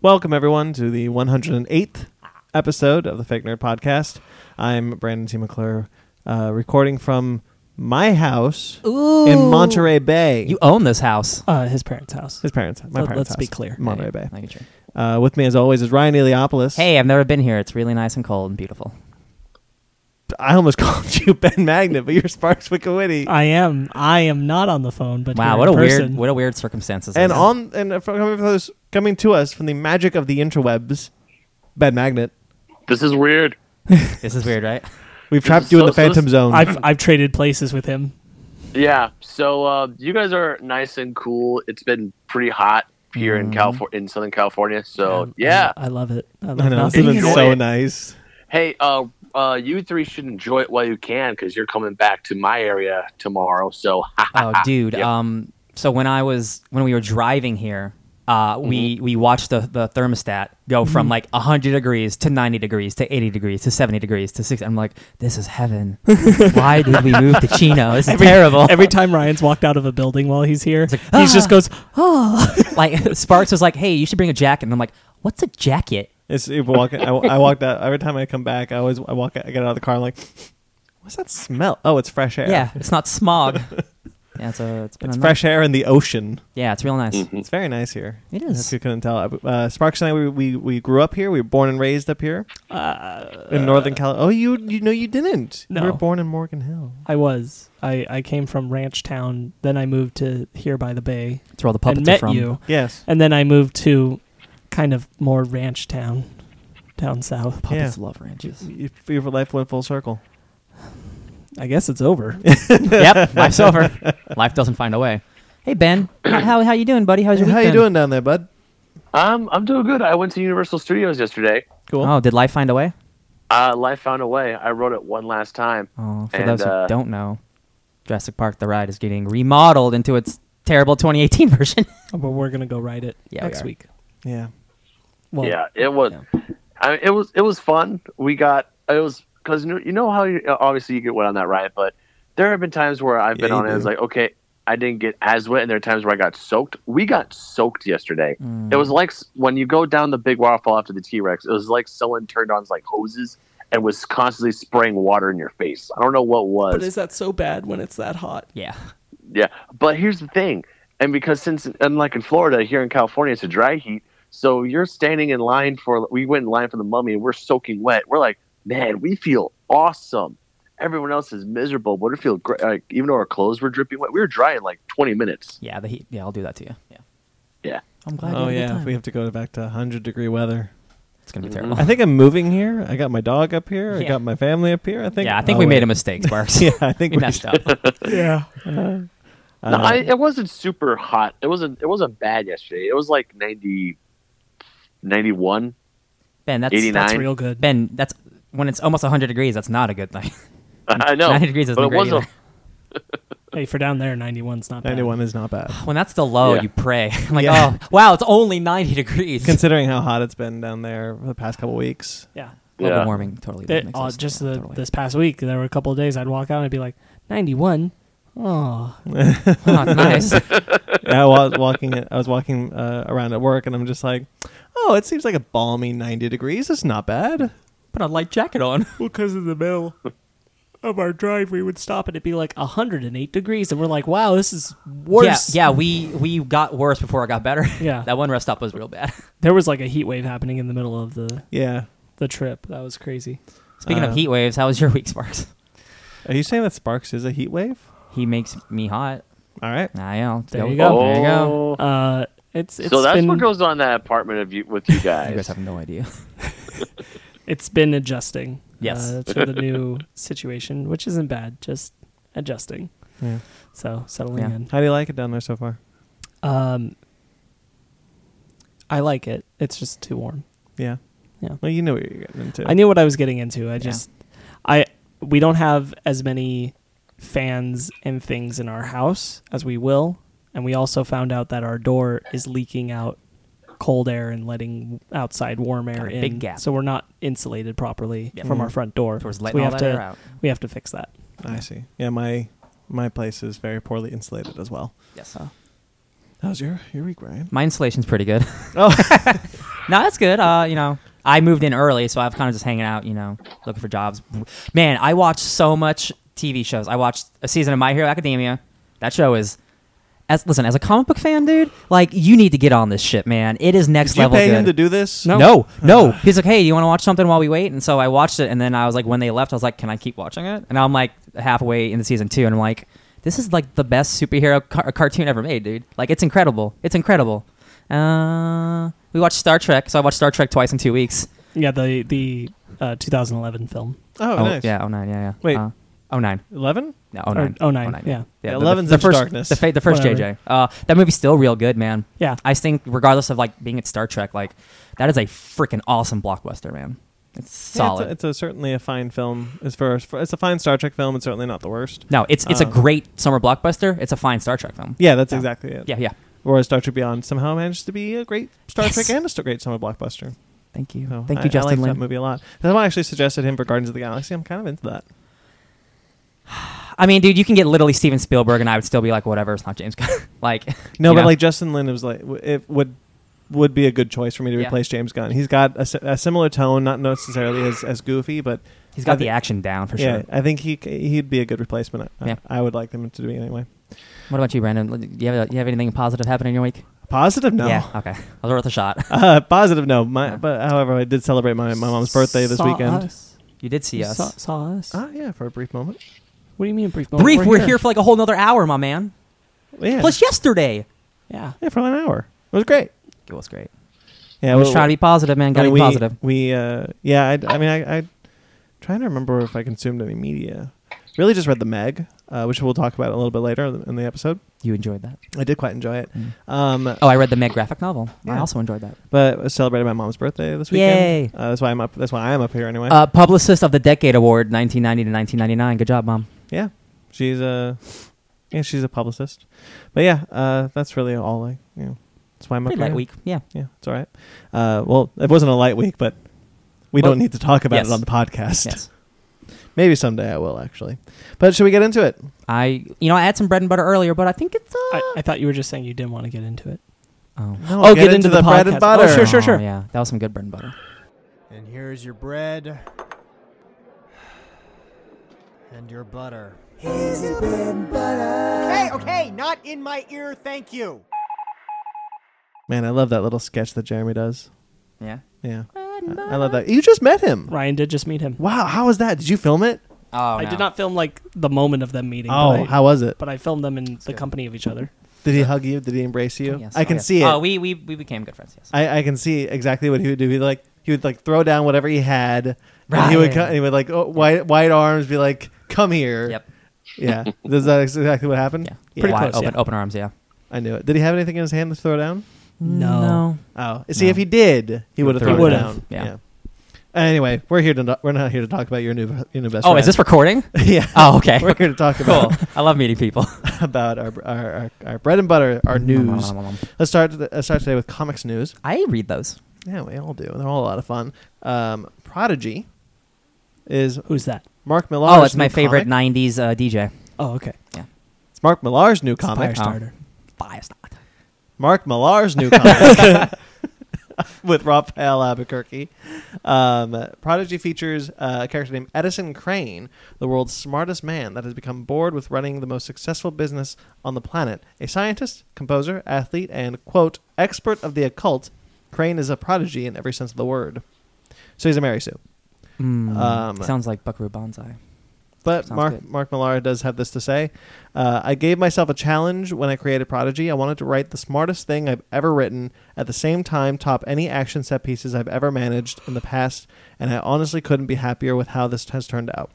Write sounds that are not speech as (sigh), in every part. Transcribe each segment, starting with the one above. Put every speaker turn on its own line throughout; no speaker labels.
Welcome, everyone, to the 108th episode of the Fake Nerd Podcast. I'm Brandon T. McClure, uh, recording from my house
Ooh.
in Monterey Bay.
You own this house.
Uh, his parents' house.
His parents, my
Let-
parents.
let's be
house,
clear.
Monterey Bay.
Making sure.
Uh, with me, as always, is Ryan Eliopoulos.
Hey, I've never been here. It's really nice and cold and beautiful.
I almost (laughs) called you Ben Magnet, but you're Sparks Wikowitty.
I am. I am not on the phone, but
wow,
here
what a
in person.
weird, what a weird circumstances.
and
this is.
on and from coming, from those, coming to us from the magic of the interwebs, Ben Magnet.
This is weird.
(laughs) this is weird, right?
We've trapped
is
you in
so-
the Phantom
so-
Zone.
I've I've traded places with him.
Yeah. So uh, you guys are nice and cool. It's been pretty hot here in California, in Southern California. So
Um,
Mm-hmm. Oh, yeah.
I, I love it. I love
I know, it's
nothing.
been
Enjoy
so
it.
nice.
Hey, uh, uh, you three should enjoy it while you can because you're coming back to my area tomorrow. So (laughs)
(laughs)
Oh, dude.
Yep.
Um. So when I was when we were driving here, uh,
Mm-hmm.
we we watched the the thermostat go from like hundred degrees to ninety degrees to eighty degrees to seventy degrees to six. I'm like, this
(laughs)
is heaven. Why did we move to Chino? This is terrible.
Every time Ryan's walked out of a building while he's here,
like, "Ah."
he just goes, "Oh,
like (laughs) Sparks was like, hey, you should bring a jacket. And I'm like, what's a jacket?
It's it walking. I, I walked out every time I come back. I always I walk. Out, I get out of the car. I'm like, what's that smell? Oh, it's fresh air.
Yeah, it's
(laughs)
not smog. yeah, it's a, it's been
it's
a nice-
fresh air in the ocean.
Yeah, it's real nice.
It's very nice here.
It is.
If you couldn't tell, uh, Sparks and I we, we we grew up here. We were born and raised up here
"Ah,
in Northern California. Oh, you you know you didn't.
No.
you were born in Morgan Hill.
I was. I I came from Ranch Town. Then I moved to here by the bay
It's where all the puppets
and
are
met
from.
you.
Yes.
And then I moved to kind of more Ranch Town, down south.
Puppets
(laughs)
love ranches.
Your, your life went full circle.
I guess
(laughs)
it's over.
yep, life's over. Life doesn't find a way.
(coughs)
Hey Ben, how how, how you doing, buddy? How's your week
How you
been?
doing down there, bud?
um, I'm doing good. I went to Universal Studios yesterday.
Cool.
Oh, did life find a way?
Uh, life found a way. I wrote it one last time.
Oh, for
And,
those who
uh,
don't know, Jurassic Park: The Ride is getting remodeled into its terrible 2018 (laughs) version.
but we're gonna go ride it
Yeah, we
next
are.
week.
Yeah.
Well,
yeah, it was. I mean, it was it was fun. We got it was because you know how you, obviously you get wet on that ride, but there have been times where I've been
Yeah, you
on it. and It's
do.
like okay, I didn't get as wet, and there are times where I got soaked. We got soaked yesterday.
Mm.
It was like s- when you go down the big waterfall after the T Rex. It was like someone turned on like hoses and was constantly spraying water in your face. I don't know what was.
But is that so bad when it's that hot?
Yeah,
Yeah, but here's the thing, and because since unlike in Florida, here in California it's a dry heat, so you're standing in line for. We went in line for the mummy, and we're soaking wet. We're like, man, we feel awesome. Everyone else is miserable, but it feels great. Like even though our clothes were dripping wet, we were dry in like 20 minutes.
yeah, the heat. Yeah, I'll do that to you. Yeah,
Yeah,
I'm glad.
Oh
you had a good
yeah.
time.
We have to go back to 100 degree weather.
it's gonna be terrible.
I think I'm moving here. I got my dog up here. I
Yeah.
got my family up here. I think.
yeah, I think
Oh,
we
wait.
made a mistake,
(laughs)
Sparks.
Yeah, I think
we
we
messed up.
Yeah.
no, I, it wasn't super hot. It wasn't. It wasn't bad yesterday. It was like 90, 91.
Ben, that's
89.
That's
Nine.
real good.
Ben. That's when it's almost 100 degrees. That's not a good thing.
(laughs) (laughs) I know.
90 degrees isn't
but it
great
wasn't.
either.
Hey, for down there, 91's not bad.
91 is not bad.
When that's the low,
Yeah.
you pray. (laughs) I'm like,
Yeah.
oh, wow, it's only 90 degrees.
Considering how hot it's been down there for the past couple weeks.
Yeah.
Global
Yeah.
warming totally.
There-
makes
uh,
sense.
just
Yeah,
the,
totally.
this past week, there were a couple of days I'd walk out and I'd be like, 91? Oh.
(laughs) Oh,
(laughs)
nice.
Yeah, I was walking. I was walking uh, around at work, and I'm just like, "Oh, it seems like a balmy 90 degrees. It's not bad."
Put a light jacket on.
Well, because of the middle of our drive, we would stop and it'd be like 108 degrees. And we're like, wow, this is worse.
Yeah, yeah. We we got worse before it got better. (laughs)
Yeah.
that one rest stop was real bad.
(laughs)
(laughs)
There was like a heat wave happening in the middle of the,
Yeah.
the trip. That was crazy.
Speaking
Uh,
of heat waves, how was your week, Sparks?
Are you saying that Sparks is a heat wave?
He makes me hot.
All right.
I know.
There you
go.
go.
There you go.
Oh.
Uh, it's it's
so that's
been
what goes on in that apartment of you with you guys.
You guys have no idea. (laughs)
it's been adjusting.
Yes.
uh,
(laughs)
to the new situation, which isn't bad. Just adjusting.
Yeah.
So settling
Yeah.
in.
How do you like it down there so far?
Um, I like it. It's just too warm.
Yeah.
Yeah.
Well, you know what you're getting into.
I knew what I was getting into. I just, I we don't have as many fans and things in our house as we will, and we also found out that our door is leaking out cold air and letting outside warm air
Got a
in.
big gap.
So we're not insulated properly
Yeah.
from
Mhm.
our front door.
So we're just
So
letting
we
all
have
that
to
air out.
we have to fix that.
I see. Yeah, my my place is very poorly insulated as well.
Uh.
Yes.
How's your your week, Ryan?
My installation's pretty good.
Oh,
(laughs) No, that's good. Uh, you know, I moved in early, so I've kind of just hanging out, you know, looking for jobs. Man, I watch so much TV shows. I watched a season of My Hero Academia. That show is as listen, as a comic book fan, dude, like you need to get on this shit, man. It is next
Did you
level
pay
good.
him to do this? Uh,
No. Uh.
No, no. He's like, hey, do you want to watch something while we wait? And so I watched it, and then I was like, when they left, I was like, can I keep watching it? And I'm like halfway into season two, and I'm like, this is like the best superhero car- cartoon ever made, dude. Like it's incredible. It's incredible. Uh, we watched Star Trek, so I watched Star Trek twice in two weeks.
Yeah, the the uh, 2011 film.
Oh, nice.
yeah, oh nine, yeah, yeah.
Wait.
uh, oh nine.
Eleven.
No, oh nine.
Or 09, yeah.
Yeah,
the-
11's
the,
Into
first,
Darkness.
The, fa- the first
Whatever.
JJ. Uh, that movie's still real good, man.
Yeah.
I think regardless of like being at Star Trek, like that is a freaking awesome blockbuster, man. It's
Yeah,
solid.
it's a- it's a certainly a fine film. As far as it's a fine Star Trek film. It's certainly not the worst.
no, it's it's
Um,
a great summer blockbuster. It's a fine Star Trek film.
Yeah, that's exactly it.
Yeah, yeah.
Whereas Star Trek Beyond somehow managed to be a great Star
Yes.
Trek and a st- great summer blockbuster.
Thank you.
So
Thank
Oh, I-
you, Justin
I like
Lin.
that movie a lot. Someone actually suggested him for Guardians of the Galaxy. I'm kind of into that.
I mean, dude, you can get literally Steven Spielberg, and I would still be like, whatever. It's not James Gunn. (laughs) like,
No,
you
but
know?
like Justin Lin was like w- it would would be a good choice for me to
Yeah.
replace James Gunn. He's got a, si- a similar tone, not necessarily as, as goofy, but
he's
I
got the
thi-
action down for
yeah,
sure.
I think he c- he'd be a good replacement. I,
Yeah.
I would like them to be anyway.
What about you, Brandon? Do you have you have anything positive happening in your week?
Positive, no.
Yeah. Okay. I was worth
(laughs)
a shot.
Uh, positive, no. My,
Yeah.
But however, I did celebrate my, my mom's birthday this
Saw
weekend.
Us.
You did see
You
us.
Saw, saw us.
Ah, yeah, for a brief moment.
What do you mean brief? moment?
Brief. We're, here. for like a whole nother hour, my man.
Yeah,
Plus yesterday.
Yeah.
yeah, for an hour. It was great.
It was great.
Yeah,
I'm
we-
just trying to be positive, man. Got
I
to
mean,
be
we,
positive.
We, uh, yeah, I, I mean, I, I trying to remember if I consumed any media. Really, just read the Meg, uh, which we'll talk about a little bit later in the- in the episode.
You enjoyed that.
I did quite enjoy it. Um,
Oh, I read the Meg graphic novel. I
Yeah.
also enjoyed that.
but I celebrated my mom's birthday this weekend.
Yay.
Uh, that's why I'm up. That's why I'm up here anyway.
Uh, Publicist of the Decade Award, 1990 to 1999. Good job, mom.
yeah, she's a, yeah, she's a publicist. But yeah, uh, that's really all. I, you know, that's why I'm
Pretty
up
light
here.
week. Yeah.
Yeah, it's all right. Uh, well, it wasn't a light week, but we
Well,
don't need to talk about
yes.
it on the podcast.
Yes.
(laughs) Maybe someday I will actually. But should we get into it?
I, you know, I had some bread and butter earlier, but I think it's. Uh,
I, I thought you were just saying you didn't want to get into it.
oh.
No,
Oh, get into the
bread and
podcast.
butter.
Oh, sure, sure, sure.
yeah, that was some good bread and butter.
And here's your bread. And your butter. Hey, okay, not in my ear, thank you.
Man, I love that little sketch that Jeremy does.
Yeah.
Yeah, I, I love that. You just met him.
Ryan did just meet him.
Wow, how was that? Did you film it?
Oh,
I did not film like the moment of them meeting.
Oh,
but I,
how was it?
But I filmed them in the company of each other.
Did he hug you? Did he embrace you? I can see it.
Oh, we, we we became good friends. Yes.
I, I can see exactly what he would do. He like he would like throw down whatever he had, and he would
Right.
co- he would like oh, wide wide arms, be like, "Come here."
Yep.
Yeah. Is that exactly what happened?
Yeah. Pretty
Wide
Wide,
close,
open,
yeah.
open arms. Yeah.
I knew it. Did he have anything in his hand to throw down?
No.
Oh, see,
No.
if he did, he would have
would've
thrown
thrown
it
it.
down.
Would've, yeah.
Anyway, we're here to no- we're not here to talk about your new your new best.
Oh, is this recording? (laughs)
friend. (laughs) yeah.
Oh, okay.
We're here to talk
cool.
about
I love meeting people.
(laughs) about our, our our our bread and butter, our
(laughs)
news. Let's start to- let's start today with comics news.
(laughs) I read those.
Yeah, we all do. They're all a lot of fun. Um, Prodigy is
Who's that?
Mark Millar's.
Oh, it's my
new
favorite
Comic.
90s uh, DJ.
Oh, okay.
It's Mark Millar's new
It's a
comic.
Firestarter.
Five star.
Mark Millar's
(laughs)
new comic (laughs) with Raphael Albuquerque. Um, Prodigy features uh, a character named Edison Crane, the world's smartest man that has become bored with running the most successful business on the planet. A scientist, composer, athlete, and, quote, expert of the occult, Crane is a prodigy in every sense of the word. So he's a Mary Sue.
Mm,
Um,
sounds like Buckaroo Banzai.
But
Sounds
Mark
good.
Mark Millar does have this to say: uh, I gave myself a challenge when I created Prodigy. I wanted to write the smartest thing I've ever written, at the same time top any action set pieces I've ever managed in the past, and I honestly couldn't be happier with how this has turned out.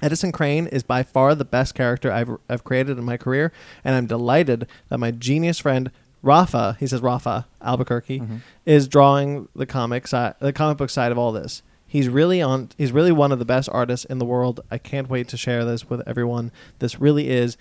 Edison Crane is by far the best character I've, I've created in my career, and I'm delighted that my genius friend Rafa, he says Rafa Albuquerque,
Mm-hmm.
is drawing the comic side, the comic book side of all this. He's really on. He's really one of the best artists in the world. I can't wait to share this with everyone. This really is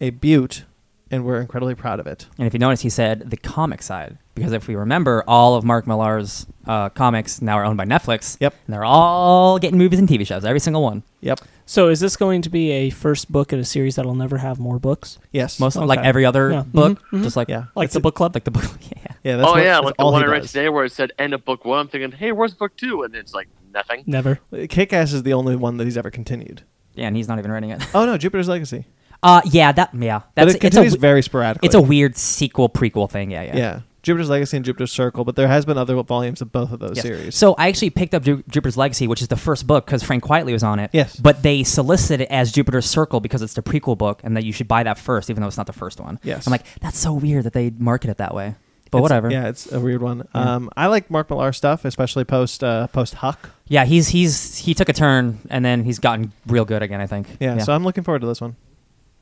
a beaut, and we're incredibly proud of it.
And if you notice, he said the comic side because if we remember, all of Mark Millar's uh, comics now are owned by Netflix.
Yep.
and they're all getting movies and TV shows. Every single one.
Yep.
So is this going to be a first book in a series that'll never have more books?
Yes.
Most
Okay.
like every other
Yeah.
book,
Mhm, mhm.
just like
Mm-hmm. Yeah.
Like
It's
the
a-
book club?
like the book. (laughs) Yeah.
Yeah, that's
oh
what,
yeah,
that's
like the
all
one I
he
read
does.
today where it said end of book one. I'm thinking, hey, where's book two? And it's like nothing.
Never.
Kick Ass is the only one that he's ever continued.
Yeah, and he's not even writing it. (laughs)
Oh no, Jupiter's Legacy.
Uh, yeah, that yeah. That's
but it
it's a
continues
w-
very sporadically.
it's a weird sequel prequel thing. Yeah, yeah.
yeah. Jupiter's Legacy and Jupiter's Circle, but there has been other volumes of both of those
Yes.
series.
So I actually picked up Ju- Jupiter's Legacy, which is the first book because Frank Quietly was on it.
Yes.
But they solicit it as Jupiter's Circle because it's the prequel book, and that you should buy that first, even though it's not the first one.
Yes.
I'm like, that's so weird that they market it that way. But
It's-
whatever. Mm.
Yeah, it's a weird one. Um, I like Mark Millar stuff, especially post uh, post Huck.
Yeah, he's he's he took a turn and then he's gotten real good again. I think.
Yeah, so I'm looking forward to this one.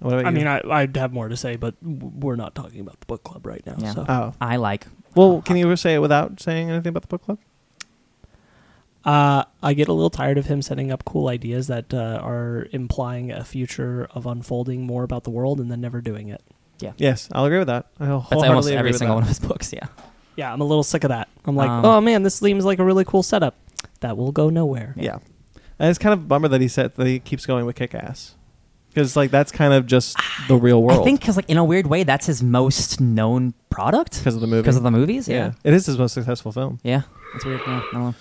What about
I
you?
mean, I, I'd have more to say, but w- we're not talking about the book club right now.
Yeah.
So.
oh,
I like.
well, can you say it without saying anything about the book club?
Uh, I get a little tired of him setting up cool ideas that uh, are implying a future of unfolding more about the world and then never doing it.
Yes, I'll agree with that. I
That's
wholeheartedly
almost
agree
every
with
single
that.
one of his books. Yeah.
Yeah, I'm a little sick of that. I'm like,
Um,
oh man, this seems like a really cool setup. That will go nowhere.
Yeah, and it's kind of a bummer that he said that he keeps going with Kick Ass because like that's kind of just the real world.
I think because like in a weird way, that's his most known product
'Cause of the movie.
Because of the movies. Yeah.
it is his most successful film.
Yeah. That's weird. Yeah, I don't know.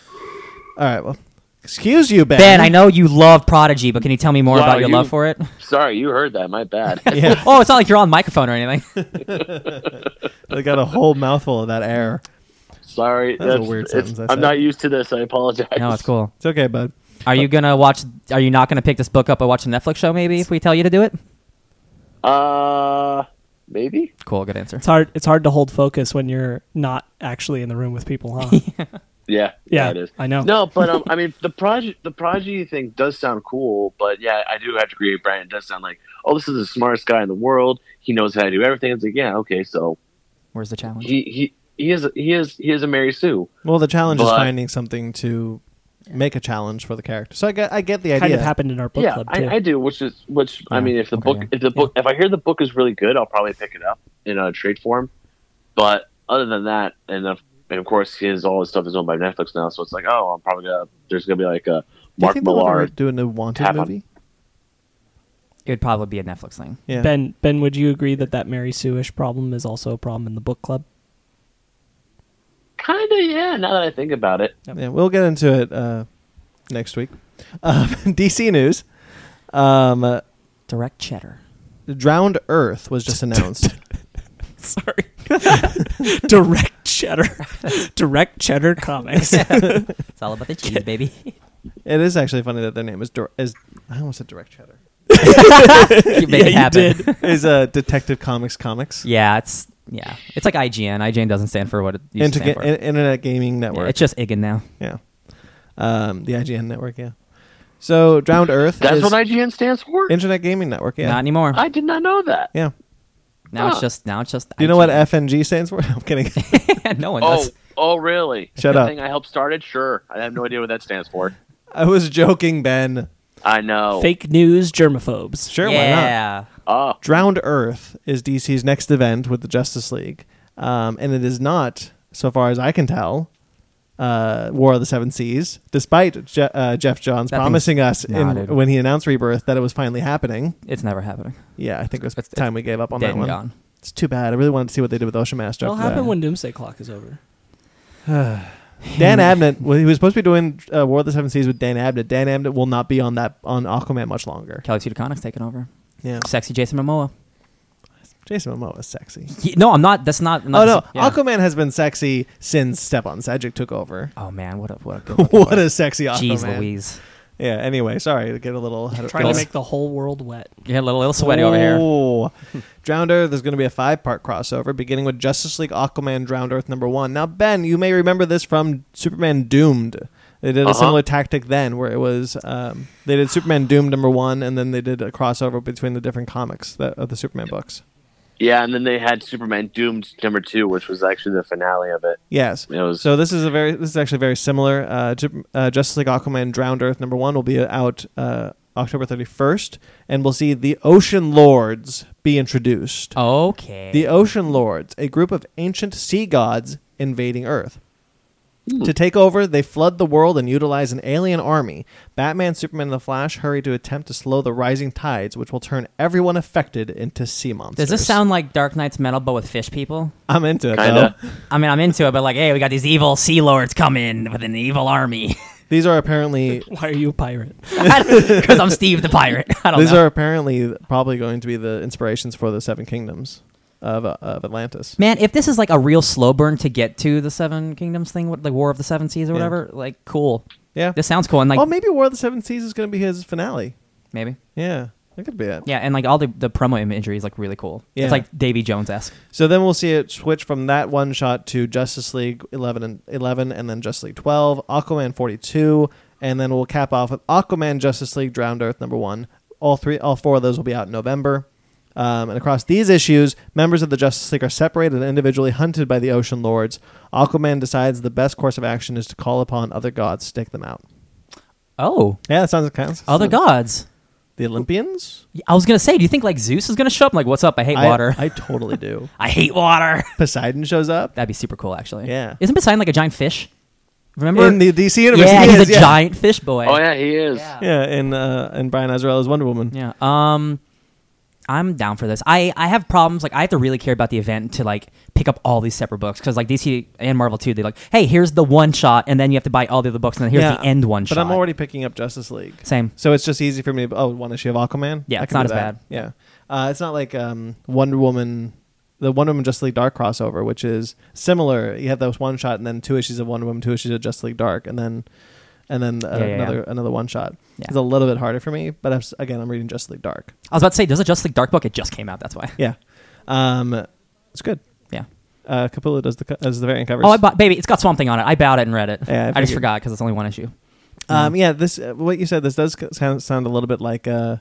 All right, well, excuse you, Ben.
Ben, I know you love Prodigy, but can you tell me more
Wow,
about your
you-
love for it?
Sorry, you heard that. My bad.
(laughs)
(laughs)
Yeah,
Oh, it's not like you're on microphone or anything.
I got a whole mouthful of that air.
Sorry,
That was a weird
it's-
sentence I said.
I'm not used to this. I apologize.
no, it's cool.
It's okay, bud.
Are you gonna watch? Are you not gonna pick this book up and watch a Netflix show? Maybe if we tell you to do it.
Uh, maybe.
Cool. Good answer.
It's hard. It's hard to hold focus when you're not actually in the room with people, huh?
Yeah,
Yeah,
it is.
I know.
No,
(laughs)
but um, I mean, the project, the prodigy thing does sound cool, but yeah, I do have to agree. with Brian It does sound like, oh, this is the smartest guy in the world. He knows how to do everything. It's like, yeah, okay, so
Where's the challenge?
he he he is he is he is a Mary Sue.
Well, the challenge is
But-
finding something to make a challenge for the character. So I get, I get the idea.
kind of happened in our book
yeah,
club too.
I, I do. Which is which. I
Yeah,
mean, if the
okay,
book,
yeah.
if the book, if I hear the book is really good, I'll probably pick it up in a trade form. But other than that, and of, and of course, his all his stuff is owned by Netflix now, so it's like, oh, I'm probably gonna. There's gonna be like a
Do you
Mark
think they'll ever
Millar.
do a new Wanted
tap on-
movie?
It would probably be a Netflix thing.
Yeah.
Ben, Ben, would you agree that that Mary Sue-ish problem is also a problem in the book club?
Kind of, yeah. Now that I think about it,
Yeah, we'll get into it uh, next week. (laughs) Uh, DC news: um, uh,
Direct cheddar.
Drowned Earth was
(laughs)
just announced.
Sorry. (laughs) Direct cheddar. (laughs) Direct cheddar comics.
It's all about the cheese, baby. (laughs)
it is actually funny that their name is Dor- is I almost said Direct Cheddar
Keep
yeah,
making it
you
happen.
did.
(laughs) is uh, Detective Comics Comics
Yeah, it's yeah. It's like IGN. IGN doesn't stand for what it used
Inter-
to stand for.
in- Internet Gaming
Yeah,
Network.
it's just IGN now.
Yeah, um, the IGN network. Yeah. So Drowned Earth
that's
is
what IGN stands for.
Internet Gaming Network. Yeah.
Not e- anymore.
I did not know that.
yeah.
now it's
Huh.
just now it's just.
Do you know what
IGN.
FNG stands for? (laughs) I'm kidding.
(laughs) no one
Oh,
does.
oh, really?
Shut
the
up.
Thing I helped started. Sure, I have no idea what that stands for.
I was joking, Ben.
I know.
(laughs) Fake news germaphobes.
Sure, why not?
yeah.
Oh,
Drowned Earth is DC's next event with the Justice League, um, and it is not, so far as I can tell, uh, War of the Seven Seas. Despite Je- uh, Jeff Johns
That
promising us
thing's- nah,
in,
dude.
when he announced Rebirth that it was finally happening,
It's never happening.
yeah, I think it was
It's- it's
time we gave up on
dead
that
and
one.
gone.
It's too bad. I really wanted to see what they did with Ocean Master.
It'll
after
happen
that.
when Doomsday Clock is over.
Dan Abnett. Well, he was supposed to be doing uh, War of the Seven Seas with Dan Abnett. Dan Abnett will not be on that on Aquaman much longer.
Kelly Sue DeConnick's taking over.
Yeah,
Sexy Jason Momoa.
Jason Momoa is sexy.
He- no, I'm not. That's not. not
Oh no,
yeah.
Aquaman has been sexy since Stepan Sajic took over.
Oh man, what a what
(laughs)
a good looking
what
boy.
a sexy Aquaman.
Jeez Louise.
Yeah. Anyway, sorry to get a little ahead of
Trying to
Yes.
make the whole world wet.
Yeah, a little, little sweaty over here.
Oh, Drowned Earth. There's going to be a five-part crossover beginning with Justice League Aquaman Drowned Earth number one. Now, Ben, you may remember this from Superman Doomed. They did a
Uh-huh.
similar tactic then, where it was um, they did Superman Doomed number one, and then they did a crossover between the different comics that, of the Superman books.
yeah. And then they had Superman Doomed number two, which was actually the finale of it.
Yes.
It was-
so this is a very this is actually very similar. Uh, Ju- uh, Justice League Aquaman Drowned Earth number one will be out uh, October thirty first, and we'll see the Ocean Lords be introduced.
Okay.
The Ocean Lords, a group of ancient sea gods invading Earth.
Hmm.
To take over, they flood the world and utilize an alien army. Batman, Superman, and the Flash hurry to attempt to slow the rising tides, which will turn everyone affected into sea monsters.
Does this sound like Dark Knight's metal, but with fish people?
I'm into it.
Kinda.
though.
I mean, I'm into it, but like, hey, we got these evil sea lords coming with an evil army. (laughs)
These are apparently
Why are you a pirate? (laughs)
Because I'm Steve the pirate. I don't
these
know.
are apparently probably going to be the inspirations for the Seven Kingdoms of uh, of Atlantis.
Man, if this is like a real slow burn to get to the Seven Kingdoms thing, what, like War of the Seven Seas or whatever, like, cool.
Yeah.
This sounds cool. And like,
oh, maybe War of the Seven Seas is going to be his finale.
maybe.
Yeah, that could be it.
Yeah, and like all the, the promo imagery is like really cool.
Yeah.
It's like Davy Jones esque.
So then we'll see it switch from that one shot to Justice League 11 and 11 and then Justice League 12, Aquaman 42, and then we'll cap off with Aquaman Justice League Drowned Earth number 1. All three all four of those will be out in November. Um, and across these issues, members of the Justice League are separated and individually hunted by the Ocean Lords. Aquaman decides the best course of action is to call upon other gods to take them out.
Oh,
Yeah, that sounds kind of
other gods.
The Olympians?
I was gonna say, do you think like Zeus is gonna show up? I'm like, what's up? I hate
I-
water.
I, totally do.
I hate water. (laughs)
Poseidon shows up.
That'd be super cool, actually.
Yeah.
Isn't Poseidon like a giant fish? Remember?
in the DC universe.
yeah,
he
he's
is,
a
yeah.
giant fish boy.
Oh yeah, he is.
Yeah, and uh, and Brian Azzarello's Wonder Woman.
Yeah. Um, I'm down for this. I I have problems. Like I have to really care about the event to like pick up all these separate books because like DC and Marvel too. They like, hey, here's the one shot, and then you have to buy all the other books, and then here's
Yeah,
the end one
but
shot.
I'm already picking up Justice League.
Same.
So it's just easy for me. To, oh, one issue of Aquaman.
Yeah,
I
it's
can
not
do
as
that.
bad.
Yeah, uh, it's not like um, Wonder Woman, the Wonder Woman Justice League Dark crossover, which is similar. You have those one shot, and then two issues of Wonder Woman, two issues of Justice League Dark, and then and then uh,
Yeah, yeah,
another another one shot.
Yeah.
It's a little bit harder for me, but I'm, s- again, I'm reading Justice League Dark.
I was about to say, there's a Justice League Dark book. It just came out.
(laughs)
That's why.
Yeah, um, it's good.
Yeah.
Uh, Capullo does the co- does the variant covers.
Oh, I bought, baby, it's got Swamp Thing on it. I bought it and read it.
Yeah, I
I, just
figured.
forgot because it's only one issue.
Um, yeah, this uh, what you said. This does c- sound, sound a little bit like uh,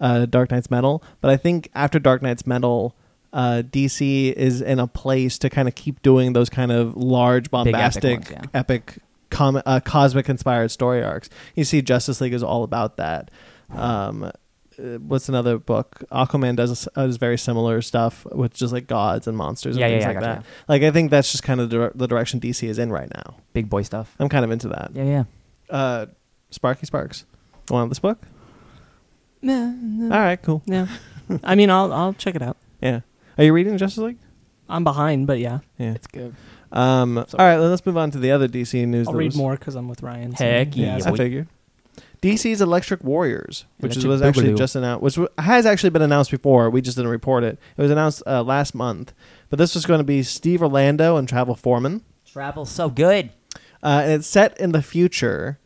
uh, Dark Knight's Metal, but I think after Dark Knight's Metal, uh, DC is in a place to kind of keep doing those kind of large,
epic ones,
bombastic, epic,
yeah.
com- uh, cosmic-inspired story arcs. You see, Justice League is all about that. Um, uh, what's another book? Aquaman does uh, does very similar stuff with just like gods and monsters and
Yeah, yeah,
things
yeah, I
like
gotcha,
that. Like I think that's just kind of dir- the direction DC is in right now.
Big boy stuff.
I'm kind of into that
Yeah, yeah.
uh, Sparky Sparks. Want this book? All right, cool.
Yeah. I mean, I'll I'll check it out.
Yeah. Are you reading Justice League?
I'm behind, but yeah,
Yeah.
it's good.
Um, all right, well, let's move on to the other DC news.
I'll
that
read
was-
more because I'm with Ryan.
Heck yeah,
I
boy.
figured. DC's Electric Warriors, which
Electric
was actually
Boogaloo.
just announced, which w- has actually been announced before. We just didn't report it. It was announced uh, last month, but this was going to be Steve Orlando and Travel Foreman.
Travel's so good.
Uh, and it's set in the future,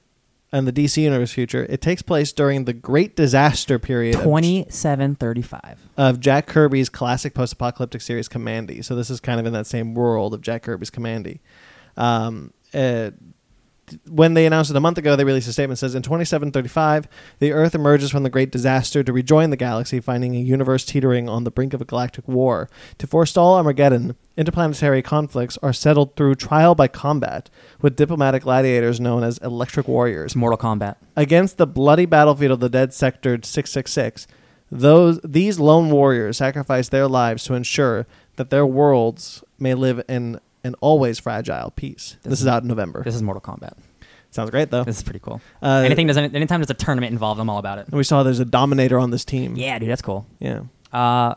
in the DC universe future. It takes place during the Great Disaster period. of-
Twenty-seven thirty-five.
of Jack Kirby's classic post-apocalyptic series Commandy. So this is kind of in that same world of Jack Kirby's Commandy. Um, uh, th- when they announced it a month ago, they released a statement that says in 2735, the Earth emerges from the great disaster to rejoin the galaxy, finding a universe teetering on the brink of a galactic war. To forestall Armageddon, interplanetary conflicts are settled through trial by combat, with diplomatic gladiators known as electric warriors
It's Mortal Kombat.
against the bloody battlefield of the dead sector 666 those these lone warriors sacrifice their lives to ensure that their worlds may live in an always fragile peace this, is out in november
This is Mortal Kombat.
sounds great though
This is pretty cool.
Uh,
Anything there's any, anytime there's a tournament involved, I'm all about it.
and we saw there's a dominator on this team
Yeah, dude, that's cool.
yeah
Uh,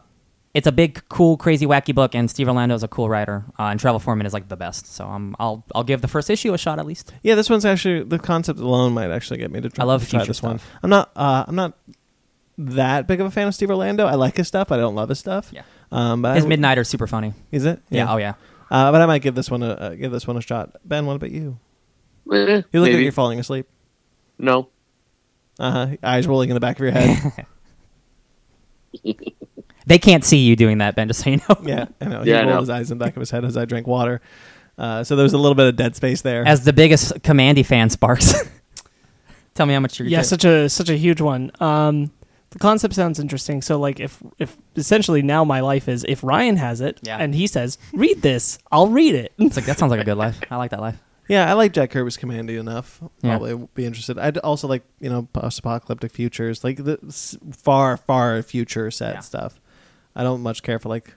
it's a big, cool, crazy, wacky book, and Steve Orlando is a cool writer, uh, and Travel Foreman is like the best. So um, I'll I'll give the first issue a shot at least.
yeah this one's actually the concept alone might actually get me to try,
I love
to try
future
this one
stuff.
i'm not uh, i'm not that big of a fan of steve orlando i like his stuff but i don't love his stuff
Yeah.
um but
His
I-
Midnighter's super funny.
is it
Yeah. Oh yeah.
uh, but i might give this one a uh, give this one a shot ben what about you
Eh,
you look like
maybe.
you're falling asleep
no.
Uh huh. Eyes rolling in the back of your
(laughs)
head.
They can't see you doing that, Ben. Just so you know.
yeah, I know. He
Yeah, I
rolled
know.
his eyes in the back of his head as I drank water. Uh, so there was a little bit of dead space there.
(laughs) As the biggest Commandy fan, Sparks. (laughs) Tell me how much you're.
yeah such a such a huge one um the concept sounds interesting so like if if essentially now my life is if ryan has it
Yeah.
and he says read this i'll read it
It's like that sounds like a good life. I like that life.
yeah, I like Jack Kirby's Commandy enough.
Yeah.
Probably be interested. I'd also like you know post-apocalyptic futures, like the s- far, far future set
Yeah.
stuff. I don't much care for like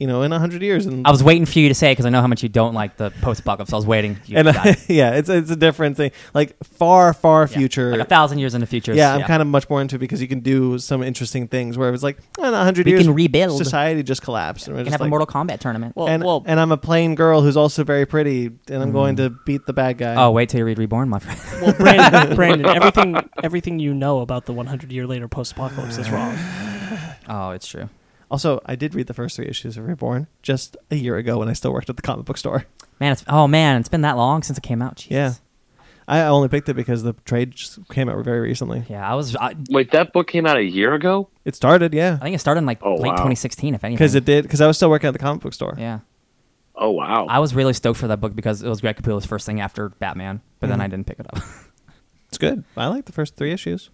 you know, in 100 years. And
I was waiting for you to say it because I know how much you don't like the post-apocalypse. I was waiting. You
and (laughs)
got it.
yeah, it's it's a different thing. Like far, far
Yeah.
future.
like a thousand years in the future.
yeah, I'm kind of much more into it because you can do some interesting things. Where it's like "Oh, in 100
We
years,
can rebuild.
society just collapsed. And we're just
can have a
like,
Mortal Kombat tournament.
Well,
and,
well,
and I'm a plain girl who's also very pretty, and I'm going to beat the bad guy.
Mm-hmm. oh, wait till you read Reborn, my friend.
(laughs)
(laughs) well, Brandon, Brandon,
(laughs)
everything, everything you know about the 100 year later post apocalypse is wrong.
oh, it's true.
Also, I did read the first three issues of Reborn just a year ago when I still worked at the comic book store.
Man, it's oh man, it's been that long since it came out. Jeez.
Yeah. I only picked it because the trade just came out very recently.
yeah. I was. I,
Wait, that book came out a year ago.
It started,
I
yeah,
think it started in like
Oh,
late
wow.
2016, if anything.
because it did. Because I was still working at the comic book store.
Yeah.
Oh wow!
I was really stoked for that book because it was Greg Capullo's first thing after Batman, but
Mm-hmm.
then I didn't pick it up. (laughs)
It's good. I like the first three issues.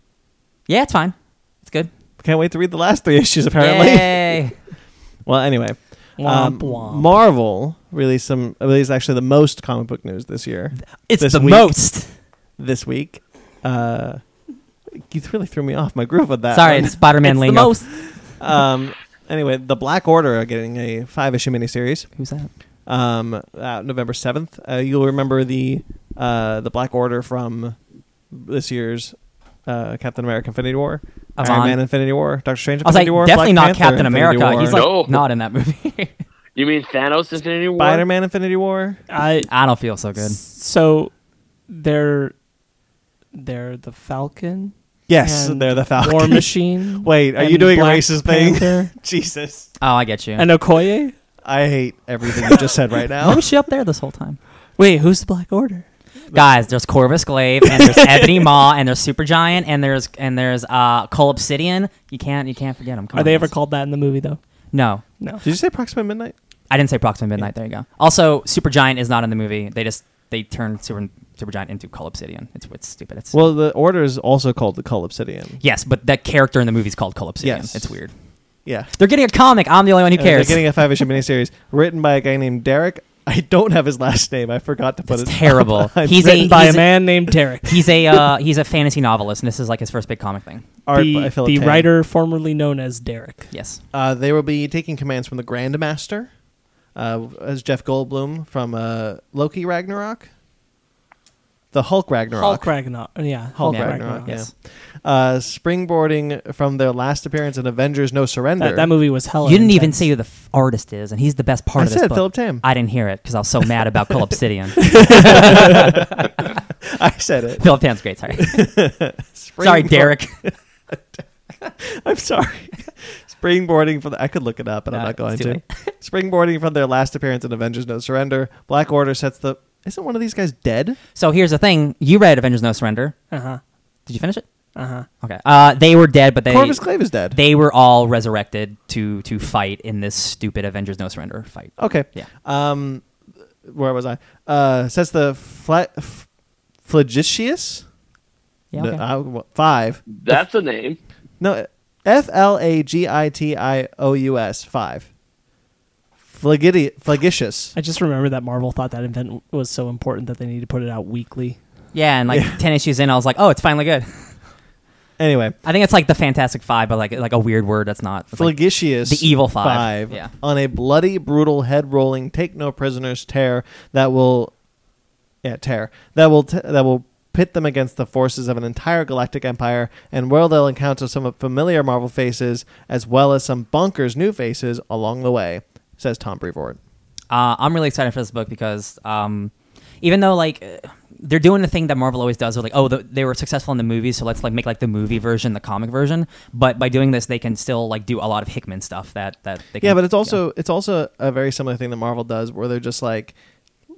yeah, it's fine. It's good.
Can't wait to read the last three issues. Apparently. (laughs)
Yay.
well, anyway,
Womp
um,
womp.
Marvel released some released actually the most comic book news this year.
It's
This
the
week.
most.
This week, uh, you really threw me off my groove with that.
Sorry,
one.
it's Spider-Man
It's the
lingo.
most.
(laughs) um, anyway, the Black Order are getting a five issue miniseries.
Who's that?
um, out November seventh. Uh, you'll remember the uh, the Black Order from this year's uh, Captain America: Infinity War, Iron
Avon.
Man: Infinity War, Doctor Strange:
I was
Infinity
like,
War,
definitely
Black
not
Panther,
Captain
Infinity
America.
War,
He's like
No.
not in that movie. (laughs)
you mean Thanos Infinity War?
Spider Man: Infinity War.
I,
I don't feel so good.
Uh, so they're, they're the Falcon.
Yes,
and
they're the Falcon.
War
(laughs)
Machine.
Wait, are
and
you doing
Black
a racist thing?
Panther
(laughs) Jesus,
Oh, I get you. (laughs)
and Okoye.
I hate everything you just said right
Why
(laughs) now.
was Oh, she up there this whole time?
Wait, who's the Black Order?
Guys, there's Corvus Glaive
(laughs)
and there's Ebony Maw and there's Supergiant and there's and there's uh Cole Obsidian. You can't you can't forget them.
Are they ever called that in the movie though?
No.
No.
Did you say Proxima Midnight?
I didn't say Proxima Midnight. There you go. Also, Supergiant is not in the movie. They just they turned Super Supergiant into Call Obsidian. It's it's stupid. It's
Well, the Order is also called the Cull Obsidian.
yes, but that character in the movie is called Call Obsidian.
Yes.
It's weird.
Yeah.
They're getting a comic. I'm the only one who
And They're
cares.
getting a five (laughs) issue miniseries written by a guy named Derek. I don't have his last name. I forgot to put
That's
it. (laughs)
terrible.
online.
He's
Written
a-
by a
he's a-
man named Derek.
he's a uh, (laughs) he's a fantasy novelist, and this is like his first big comic thing.
(laughs) Art
the,
by Philip
the
Tan.
writer formerly known as Derek.
Yes.
Uh, they will be taking commands from the Grandmaster, uh, as Jeff Goldblum from uh, Loki Ragnarok, the Hulk Ragnarok,
Hulk Ragnarok. Yeah. Hulk
Hulk
Yeah.
Ragnarok,
Ragnarok.
yeah.
Yes.
uh, springboarding from their last appearance in Avengers: No Surrender.
That, that movie was hell.
You didn't even say who the f- artist is, and he's the best part
I
of this
said
book.
Philip Tam.
I didn't hear it because I was so mad
(laughs)
about Call Obsidian.
I said it.
Philip Tan's great. Sorry.
Springboard-
(laughs) sorry, Derek.
(laughs) I'm sorry. (laughs) Springboarding from the, I could look it up, but I'm
No,
not going
it's too
to.
(laughs)
Springboarding from their last appearance in Avengers: No Surrender. Black Order sets the. Isn't one of these guys dead?
So here's the thing: you read Avengers: No Surrender.
Uh
Uh-huh.
huh.
Did you finish it?
Uh huh.
Okay. Uh, they were dead, but they
Corvus Glaive is dead.
they were all resurrected to to fight in this stupid Avengers No Surrender fight.
Okay.
Yeah.
Um, where was I? Uh, says the fla- f- flagitious.
Yeah.
No,
okay.
I- what- five.
That's a name.
No, F L A G I T I O U S five. Flagiti- flagitious.
I just remember that Marvel thought that event was so important that they need to put it out weekly.
yeah, and
(laughs)
like ten issues in, I was like, oh, it's finally good.
Anyway,
I think it's like the Fantastic Five, but like like a weird word that's not. it's like-
flagitious.
the evil five. Yeah.
On a bloody, brutal, head rolling, take no prisoners tear that will, yeah, tear that will t- that will pit them against the forces of an entire galactic empire, and where they'll encounter some familiar Marvel faces as well as some bonkers new faces along the way, says Tom Brevoort.
uh, I'm really excited for this book because um, even though like uh, they're doing the thing that Marvel always does, they're like, oh, the, they were successful in the movie, so let's like make like the movie version, the comic version. But by doing this, they can still like do a lot of Hickman stuff that that they can,
Yeah, but it's also it's also a very similar thing that Marvel does, where they're just like,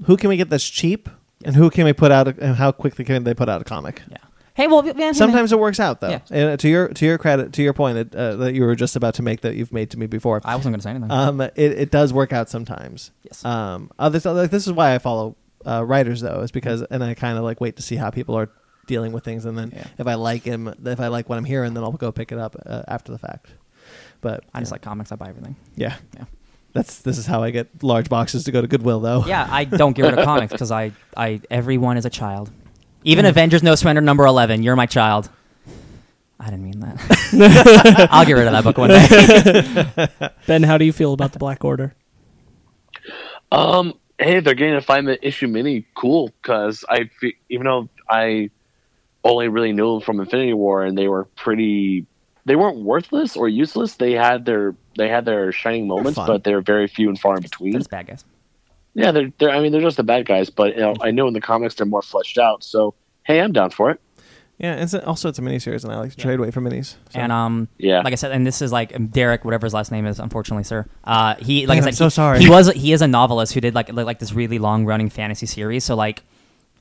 who can we get that's cheap, and who can we put out, a, and how quickly can they put out a comic?
yeah. Hey, well, man,
Sometimes it works out though.
Yeah.
And uh, to your to your credit, to your point that, uh, that you were just about to make that you've made to me before,
I wasn't going to say anything.
um, it, it does work out sometimes.
Yes.
Um, other so, like, this is why I follow uh, writers though, is because and I kind of like wait to see how people are dealing with things, and then
Yeah.
if I like him, if I like what I'm hearing, then I'll go pick it up uh, after the fact. But
I just like comics. I buy everything.
yeah.
Yeah.
That's this is how I get large boxes to go to Goodwill though.
Yeah, I don't
(laughs)
get rid of comics because I,
Mm.
I, everyone is a child. Even Avengers No Surrender number eleven, you're my child. I I didn't mean that.
(laughs)
I'll get rid of that (laughs) book one day.
Ben, how do you feel about the Black Order?
Um, hey, they're getting a five minute issue mini. Cool, because I fe- even though I only really knew them from Infinity War, and they were pretty. They weren't worthless or useless. They had their they had their shining moments,
fun.
but they're very few and far in between.
That's bad guys.
Yeah, they're, they're I mean they're just the bad guys, but you know I know in the comics they're more fleshed out. So hey, I'm down for it.
Yeah, and it's a- also it's a miniseries, and I like to trade away for minis. So.
And um,
Yeah.
like I said, and this is like um, Derek, whatever his last name is, unfortunately, sir. Uh, he like
Man,
I said,
I'm so
he,
sorry.
He was he is a novelist who did like li- like this really long running fantasy series. So like,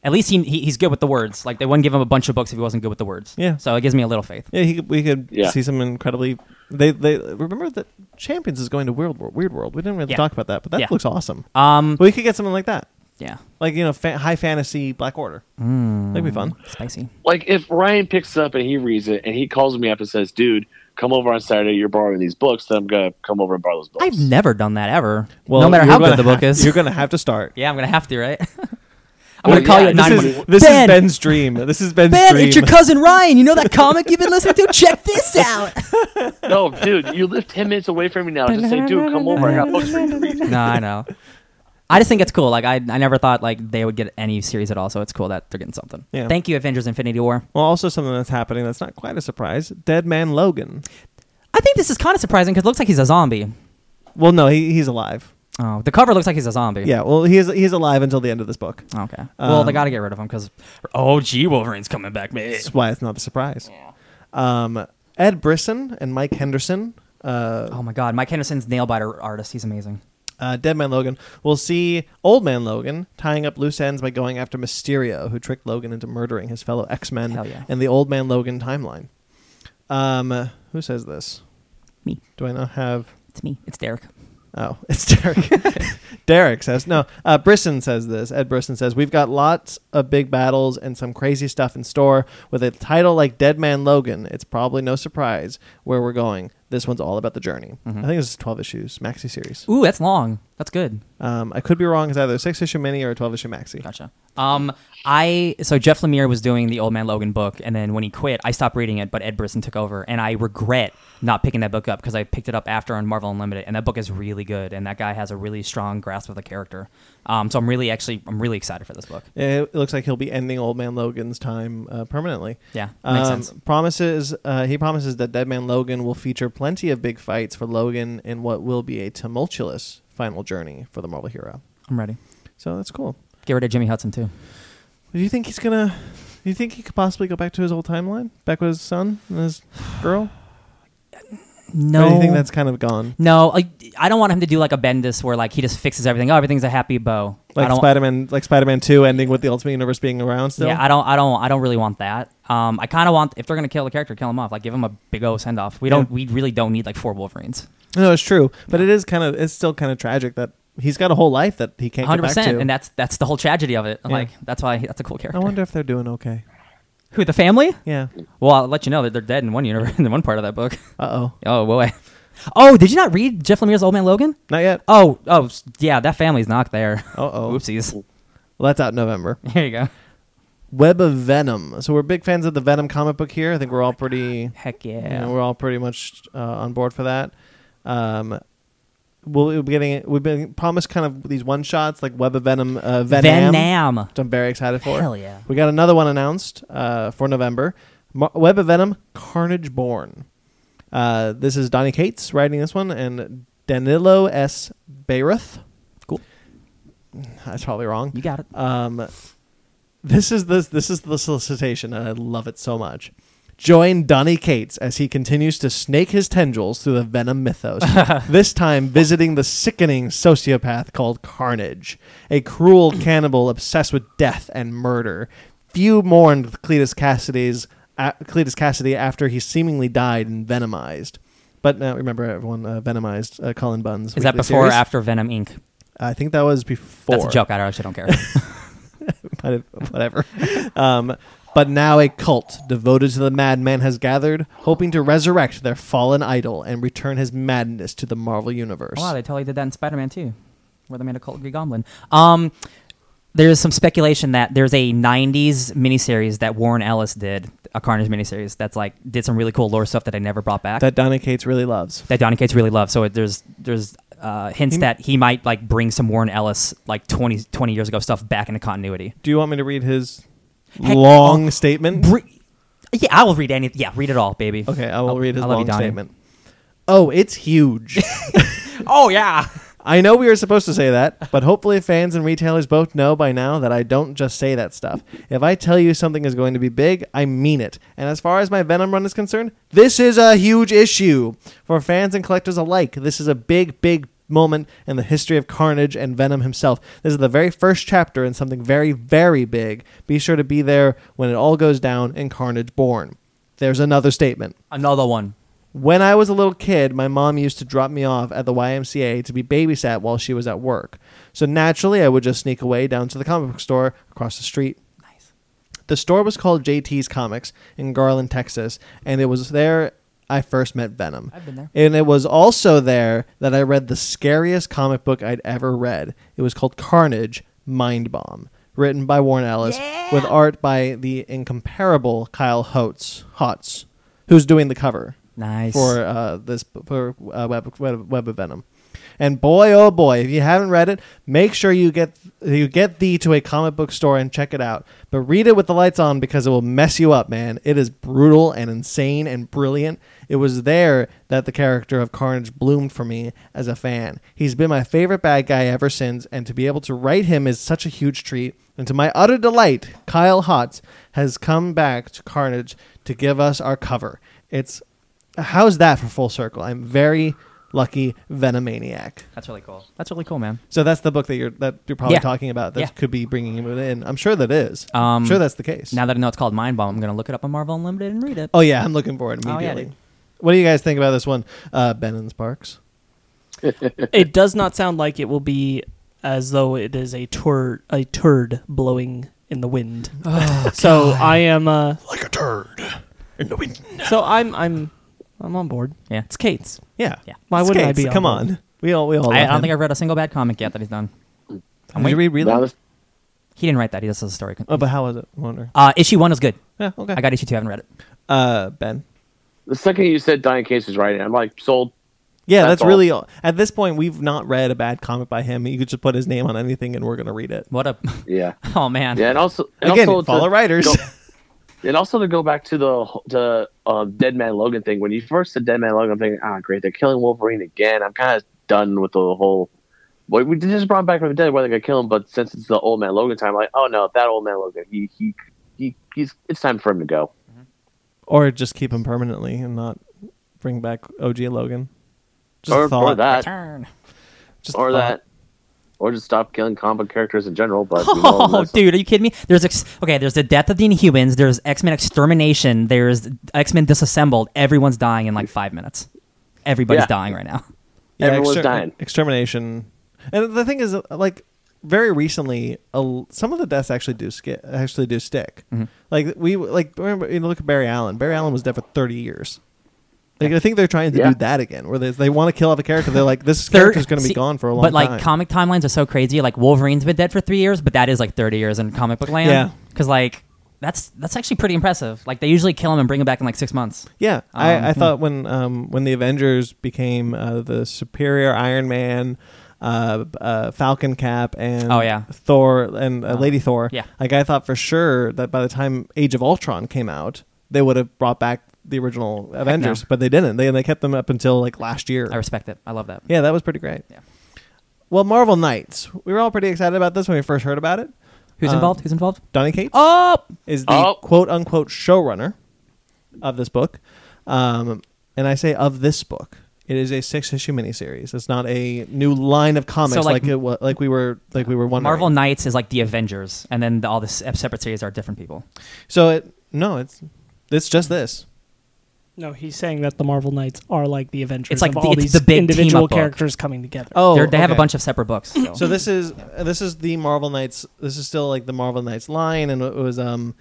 at least he, he he's good with the words. Like they wouldn't give him a bunch of books if he wasn't good with the words.
Yeah.
So it gives me a little faith.
yeah, he, could- we could
Yeah.
see some incredibly. They they remember that Champions is going to Weird World. Weird World. We didn't really
Yeah.
talk about that, but that
Yeah.
looks awesome.
Um,
we could get something like that,
yeah,
like you know, fa- high fantasy Black Order. That'd be fun.
spicy.
like if Ryan picks it up and he reads it and he calls me up and says, "Dude, come over on Saturday. You're borrowing these books." Then I'm gonna come over and borrow those books.
I've never done that ever. no matter
you're
how good
gonna
the book
have-
is.
you're gonna have to start.
(laughs) yeah, I'm gonna have to, right? (laughs) I'm
Well,
gonna call you
yeah,
at
this
nine.
This
I'm
is,
gonna-
this
Ben!
is Ben's dream. This is Ben's
Ben,
dream.
it's your cousin Ryan. You know that comic you've been listening to?
(laughs)
Check this out.
no, dude, you live ten minutes away from me now. Just say, "Dude, come over. I got books for you to read."
no, I know. I just think it's cool. Like I, I never thought like they would get any series at all. So it's cool that they're getting something.
Yeah.
Thank you, Avengers: Infinity War.
well, also something that's happening that's not quite a surprise. Dead Man Logan.
I think this is kind of surprising because it looks like he's a zombie.
Well, no, he, he's alive.
Oh, the cover looks like he's a zombie. Oh,
Yeah. Well, he is he's alive until the end of this book.
Okay. well,
Um,
they got to get rid of him because oh, gee, Wolverine's coming back, man.
That's why it's not a surprise. Um, Ed Brisson and Mike Henderson, uh,
Oh my God, Mike Henderson's nail biter artist. He's amazing.
uh, Dead Man Logan, will see Old Man Logan tying up loose ends by going after Mysterio, who tricked Logan into murdering his fellow X Men
Hell yeah.
in the Old Man Logan timeline. Um, who says this?
Me.
Do I not have?
It's me. It's Derek.
Oh, (laughs) it's Derek. Derek says no. Uh, Brisson says this. Ed Brisson says we've got lots of big battles and some crazy stuff in store. With a title like Dead Man Logan, it's probably no surprise where we're going. This one's all about the journey.
Mm-hmm.
I think this is twelve issues maxi series.
Ooh, that's long. That's good.
Um, I could be wrong. It's either a six issue mini or a twelve issue maxi.
Gotcha. Um, I so Jeff Lemire was doing the Old Man Logan book, and then when he quit, I stopped reading it. But Ed Brisson took over, and I regret not picking that book up because I picked it up after on Marvel Unlimited, and that book is really good, and that guy has a really strong grasp of the character. Um, so I'm really actually I'm really excited for this book.
It looks like he'll be ending Old Man Logan's time uh, permanently. Um,
Yeah, that makes sense.
Promises uh, he promises that Dead Man Logan will feature plenty of big fights for Logan in what will be a tumultuous final journey for the Marvel hero.
I'm ready.
So that's cool.
Get rid of Jimmy Hudson too.
Do you think he's gonna? Do you think he could possibly go back to his old timeline, back with his son and his girl?
No,
Or do you think that's kind of gone?
no. Like, I don't want him to do like a Bendis where like he just fixes everything. Oh, everything's a happy bow. I
Like
don't,
Spider Man, like Spider Man Two, ending with the Ultimate Universe being around still.
Yeah, I don't, I don't, I don't really want that. Um, I kind of want if they're gonna kill the character, kill him off. Like, give him a big O send off. We don't,
Yeah.
we really don't need like four Wolverines.
no, it's true, but it is kind of it's still kind of tragic that he's got a whole life that he can't
Hundred
get back
percent,
to.
and that's that's the whole tragedy of it.
Yeah.
Like, that's why that's a cool character.
I wonder if they're doing okay.
Who the family?
Yeah.
Well, I'll let you know that they're dead in one universe, (laughs) in one part of that book.
Uh oh.
Oh boy. Oh, did you not read Jeff Lemire's Old Man Logan?
Not yet.
Oh, oh, s- yeah, that family's not there.
Uh-oh.
Oopsies.
Well, that's out in November.
(laughs) Here you go.
Web of Venom. So we're big fans of the Venom comic book here. I think we're all pretty.
Heck
you
yeah.
know, we're all pretty much uh, on board for that. Um, we'll, we'll be getting. We've been promised kind of these one shots like Web of Venom. Uh, Venom.
Venom.
Which I'm very excited for.
Hell yeah.
We got another one announced uh, for November. Mar- Web of Venom. Carnage Born. Uh, this is Donny Cates writing this one and Danilo S. Bayrath.
Cool.
That's probably wrong.
You got it.
Um, this is this this is the solicitation, and I love it so much. Join Donny Cates as he continues to snake his tendrils through the Venom
(laughs)
mythos, this time visiting the sickening sociopath called Carnage, a
(coughs)
cruel cannibal obsessed with death and murder. Few mourned Cletus Cassidy's uh, Cletus Cassidy after he seemingly died and venomized. But now remember, everyone uh, venomized uh, Cullen Bunn's.
Is that
weekly
before or
series.
after Venom Inc?
I think that was before.
That's a joke. I don't- actually
(laughs)
don't care.
But it- whatever. (laughs) um, but now a cult devoted to the madman has gathered, hoping to resurrect their fallen idol and return his madness to the Marvel Universe.
Wow, they totally did that in Spider Man too, where they made a cult Green Goblin. Um, there's some speculation that there's a 90s miniseries that Warren Ellis did, a Carnage miniseries that's like did some really cool lore stuff that I never brought back that,
that Donny Cates really loves.
Donny Cates really loved. So it, there's there's uh, hints that he might like bring some Warren Ellis like 20 20 years ago stuff back into continuity.
Do you want me to read his
Heck, oh.
long statement?
Re- yeah, I will read any. Yeah, read it all, baby.
okay, I will
I'll-
read his
I love you,
long
Donnie.
statement. Oh, it's huge.
Oh yeah.
I know we were supposed to say that, but hopefully fans and retailers both know by now that I don't just say that stuff. If I tell you something is going to be big, I mean it. And as far as my Venom run is concerned, this is a huge issue for fans and collectors alike. This is a big, big moment in the history of Carnage and Venom himself. This is the very first chapter in something very, very big. Be sure to be there when it all goes down in Carnage Born. There's another statement.
Another one.
When I was a little kid, my mom used to drop me off at the YMCA to be babysat while she was at work. So naturally, I would just sneak away down to the comic book store across the street. The store was called JT's Comics in Garland, Texas, and it was there I first met Venom. I've
been there.
And it was also there that I read the scariest comic book I'd ever read. It was called Carnage Mind Bomb, written by Warren Ellis with art by the incomparable Kyle Hotz, Hotz who's doing the cover
Nice.
for uh, this for uh, Web, Web Web of Venom. And boy, oh boy, if you haven't read it, make sure you get you get thee to a comic book store and check it out. But read it with the lights on because it will mess you up, man. It is brutal and insane and brilliant. It was there that the character of Carnage bloomed for me as a fan. He's been my favorite bad guy ever since, and to be able to write him is such a huge treat. And to my utter delight, Kyle Hotz has come back to Carnage to give us our cover. It's How's that for full circle? I'm very lucky Venomaniac.
That's really cool. That's really cool, man.
So that's the book that you're that you're probably
Yeah.
talking about that
Yeah.
could be bringing him in. I'm sure that is. I'm
Um,
sure that's the case.
Now that I know it's called Mind Bomb, I'm gonna look it up on Marvel Unlimited and read it.
oh yeah, I'm looking for it
Oh, yeah,
immediately.
dude.
what do you guys think about this one, uh, Ben and Sparks?
it does not sound like it will be as though it is a tur a turd blowing in the wind.
Oh,
(laughs) so I am uh, like a turd in the wind. So I'm I'm I'm on board.
Yeah.
it's Kate's.
Yeah,
Yeah.
Why
It's
wouldn't I
Kate's.
be on
Come
board?
on, we all we all.
Oh,
I, I
love
don't
him.
think I've read a single bad comic yet that he's done.
Did
I'm
you
waiting.
read Relay?
Now this-
He didn't write that. He just does a story.
oh, but how was it? I wonder.
Uh, issue one is good.
Yeah, okay.
I got issue two. I haven't read it.
uh, Ben.
the second you said Diane Case is writing, I'm like sold.
Yeah, that's,
That's all.
really all. At this point, we've not read a bad comic by him. You could just put his name on anything, and we're gonna read it.
What a (laughs)
Yeah.
oh man.
Yeah, and also and
Again,
also
follow
to
writers. (laughs)
go- (laughs) and also to go back to the the uh, Dead Man Logan thing. When you first said Dead Man Logan, I'm thinking, ah, great, they're killing Wolverine again. I'm kind of done with the whole. Well, we just brought him back from the dead, whether they're gonna kill him. But since it's the old man Logan time, like, oh no, that old man Logan, he he he, he's it's time for him to go.
or just keep him permanently and not bring back OG Logan. Just a
Or, or
thought.
that, (laughs) Oh,
Turn.
Just a
or
thought.
that, or just stop killing comic characters in
(laughs)
general. But we know
Oh,
that's-
dude, are you kidding me? There's ex- okay. There's the death of the Inhumans. There's X Men Extermination. There's X Men Disassembled. Everyone's dying in like five minutes. Everybody's
Yeah.
dying right now.
Everyone's dying.
Extermination. And the thing is, like, very recently, a l some of the deaths actually do ski- actually do stick.
Mm-hmm.
Like we like remember you know, look at Barry Allen. Barry Allen was dead for thirty years. Like, I think they're trying to
Yeah.
do that again, where they, they want to kill off a character. They're like, this
Thir-
character's going to be
see,
gone for a long
But like
time.
comic timelines are so crazy. Like Wolverine's been dead for three years, but that is like thirty years in comic book land.
Yeah.
Because like that's that's actually pretty impressive. Like they usually kill him and bring him back in like six months.
Yeah, I,
Um,
I thought when um, when the Avengers became uh, the Superior Iron Man, uh, uh, Falcon Cap, and
Oh, yeah.
Thor and uh, Lady Thor.
yeah.
like I thought for sure that by the time Age of Ultron came out, they would have brought back the original Avengers, but they didn't. They they kept them up until like last year.
I respect it. I love that.
Yeah, that was pretty great.
Yeah.
Well, Marvel Knights. We were all pretty excited about this when we first heard about it.
Who's
Um,
involved? Who's involved?
Donny Cates
Oh,
is the
Oh.
quote unquote showrunner of this book. Um, and I say of this book. It is a six issue miniseries. It's not a new line of comics
So,
like
like,
it wa- like we were like we were wondering.
Marvel Knights is like the Avengers, and then the, all the se- separate series are different people.
So it no, it's it's just this.
No, he's saying that the Marvel Knights are like the Avengers.
It's like
of
the-
all
it's
these
the big
individual
team-up book.
characters coming together.
Oh,
They're- they have a
okay.
bunch of
(clears throat)
separate books. still.
So this is this is the Marvel Knights. This is still like the Marvel Knights line, and it was um,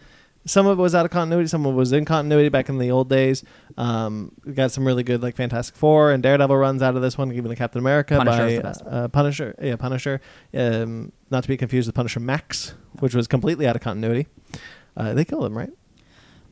Some of it was out of continuity. Some of it was in continuity back in the old days. Um, we got some really good like Fantastic Four and Daredevil runs out of this one, even the Captain America
Punisher
by
is the best.
Uh, Punisher. Yeah, Punisher. Um, not to be confused with Punisher Max, which was completely out of continuity. Uh, they killed him, right?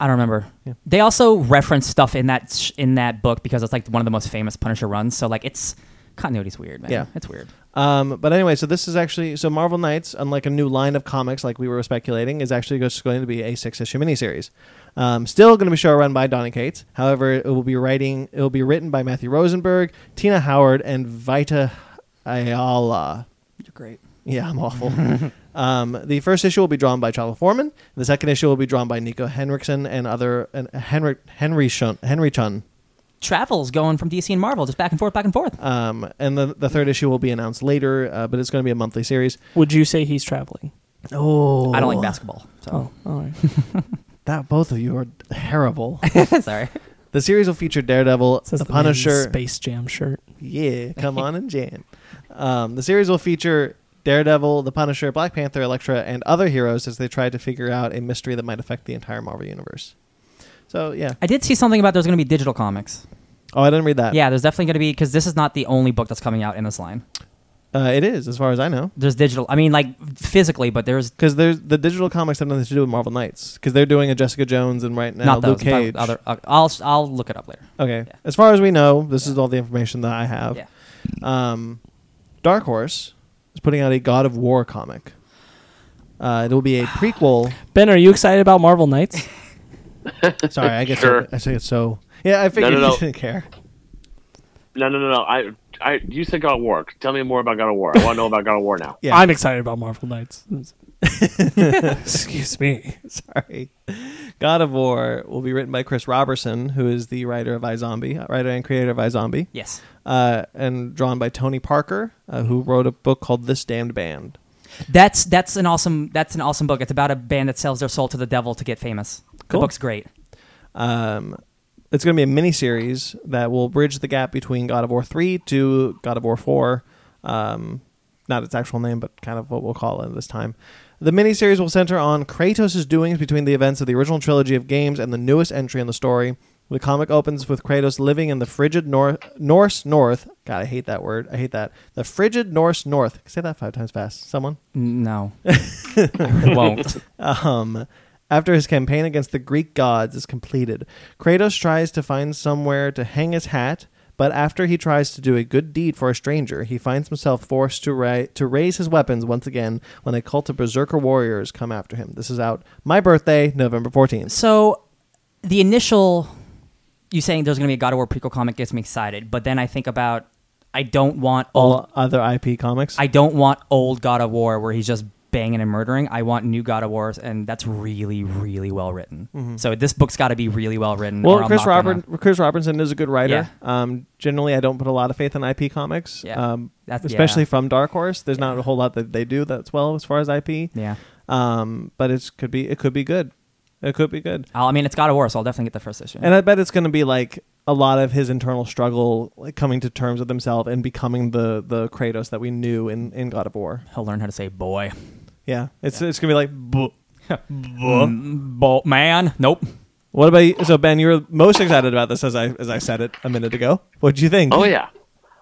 I don't remember.
Yeah.
They also reference stuff in that sh- in that book because it's like one of the most famous Punisher runs. So like it's continuity's weird, man.
Yeah.
it's weird.
Um, but anyway, so this is actually so Marvel Knights, unlike a new line of comics, like we were speculating, is actually just going to be a six issue miniseries. Um, still going to be showrun by Donny Cates. However, it will be writing it will be written by Matthew Rosenberg, Tina Howard, and Vita Ayala.
You're great.
Yeah, I'm
(laughs)
awful. um, the first issue will be drawn by Charles Foreman. The second issue will be drawn by Nico Henriksen and other and Henry Henry Shun, Henry Chun.
Travels going from DC and Marvel, just back and forth, back and forth.
Um, and the, the third issue will be announced later, uh, but it's going to be a monthly series.
Would you say he's traveling?
Oh,
I don't like basketball, so
Oh, all right.
That both of you are terrible. (laughs)
(laughs) sorry.
the series will feature Daredevil,
Says
the
man in
Punisher.
Space Jam shirt.
Yeah, come on and
(laughs)
jam. Um, the series will feature Daredevil, the Punisher, Black Panther, Elektra, and other heroes as they try to figure out a mystery that might affect the entire Marvel universe. So yeah.
I did see something about there's going to be digital comics.
Oh, I didn't read that.
Yeah, there's definitely going to be because this is not the only book that's coming out in this line.
uh, it is as far as I know.
There's digital. I mean, like physically, but there's
Because there's the digital comics have nothing to do with Marvel Knights because they're doing a Jessica Jones and right now
not
Luke
those. I'm talking
Cage.
about Other, uh, I'll I'll look it up later.
okay,
Yeah.
as far as we know, this
Yeah.
is all the information that I have.
Yeah.
Um, Dark Horse is putting out a God of War comic. Uh, it will
(sighs)
be a prequel.
Ben, are you excited about
(laughs)
Marvel Knights?
Sorry, I get
Sure.
so. I say it's so. Yeah, I figured
no, no.
you didn't care. (laughs)
No, no, no, no. I, I, you said God of War. Tell me more about God of War. I want to know about God of War now.
Yeah.
I'm excited about
(laughs)
Marvel Knights. Excuse me.
Sorry. God of War will be written by Chris Robertson, who is the writer of iZombie, uh, writer and creator of iZombie,
Yes.
uh, and drawn by Tony Parker, uh, who wrote a book called This Damned Band.
That's that's an awesome that's an awesome book. It's about a band that sells their soul to the devil to get famous. The
Cool.
book's great.
Um, it's going to be a mini series that will bridge the gap between God of War 3 to God of War 4. Um, not its actual name, but kind of what we'll call it this time. The miniseries will center on Kratos' doings between the events of the original trilogy of games and the newest entry in the story. The comic opens with Kratos living in the frigid nor- Norse North. God, I hate that word. I hate that. The frigid Norse North. Say that five times fast. Someone.
N- No, (laughs) I (laughs) won't.
Um, after his campaign against the Greek gods is completed, Kratos tries to find somewhere to hang his hat, but after he tries to do a good deed for a stranger, he finds himself forced to, ra- to raise his weapons once again when a cult of berserker warriors come after him. This is out my birthday, November 14th.
So, the initial you saying there's going to be a God of War prequel comic gets me excited, but then I think about I don't want old
All other IP comics.
I don't want old God of War where he's just banging and murdering. I want new God of Wars, and that's really really well written. So this book's got to be really well written.
Mm-hmm.
or
well,
I'm
Chris,
not gonna-
Robert, Chris Robertson is a good writer. Um, generally, I don't put a lot of faith in IP comics,
Yeah.
um,
That's-
especially
yeah.
from Dark Horse. There's not a whole lot that they do that's well as far as IP.
Yeah.
um, but it's could be it could be good, it could be good,
I'll, I mean, it's God of War, so I'll definitely get the first issue.
and I bet it's going to be like a lot of his internal struggle, like coming to terms with himself and becoming the the Kratos that we knew in in God of War.
He'll learn how to say boy.
Yeah, it's it's gonna be like. "Buh."
Bo- man, nope.
What about you? so Ben? You were most excited about this as I as I said it a minute ago. What do you think?
Oh yeah.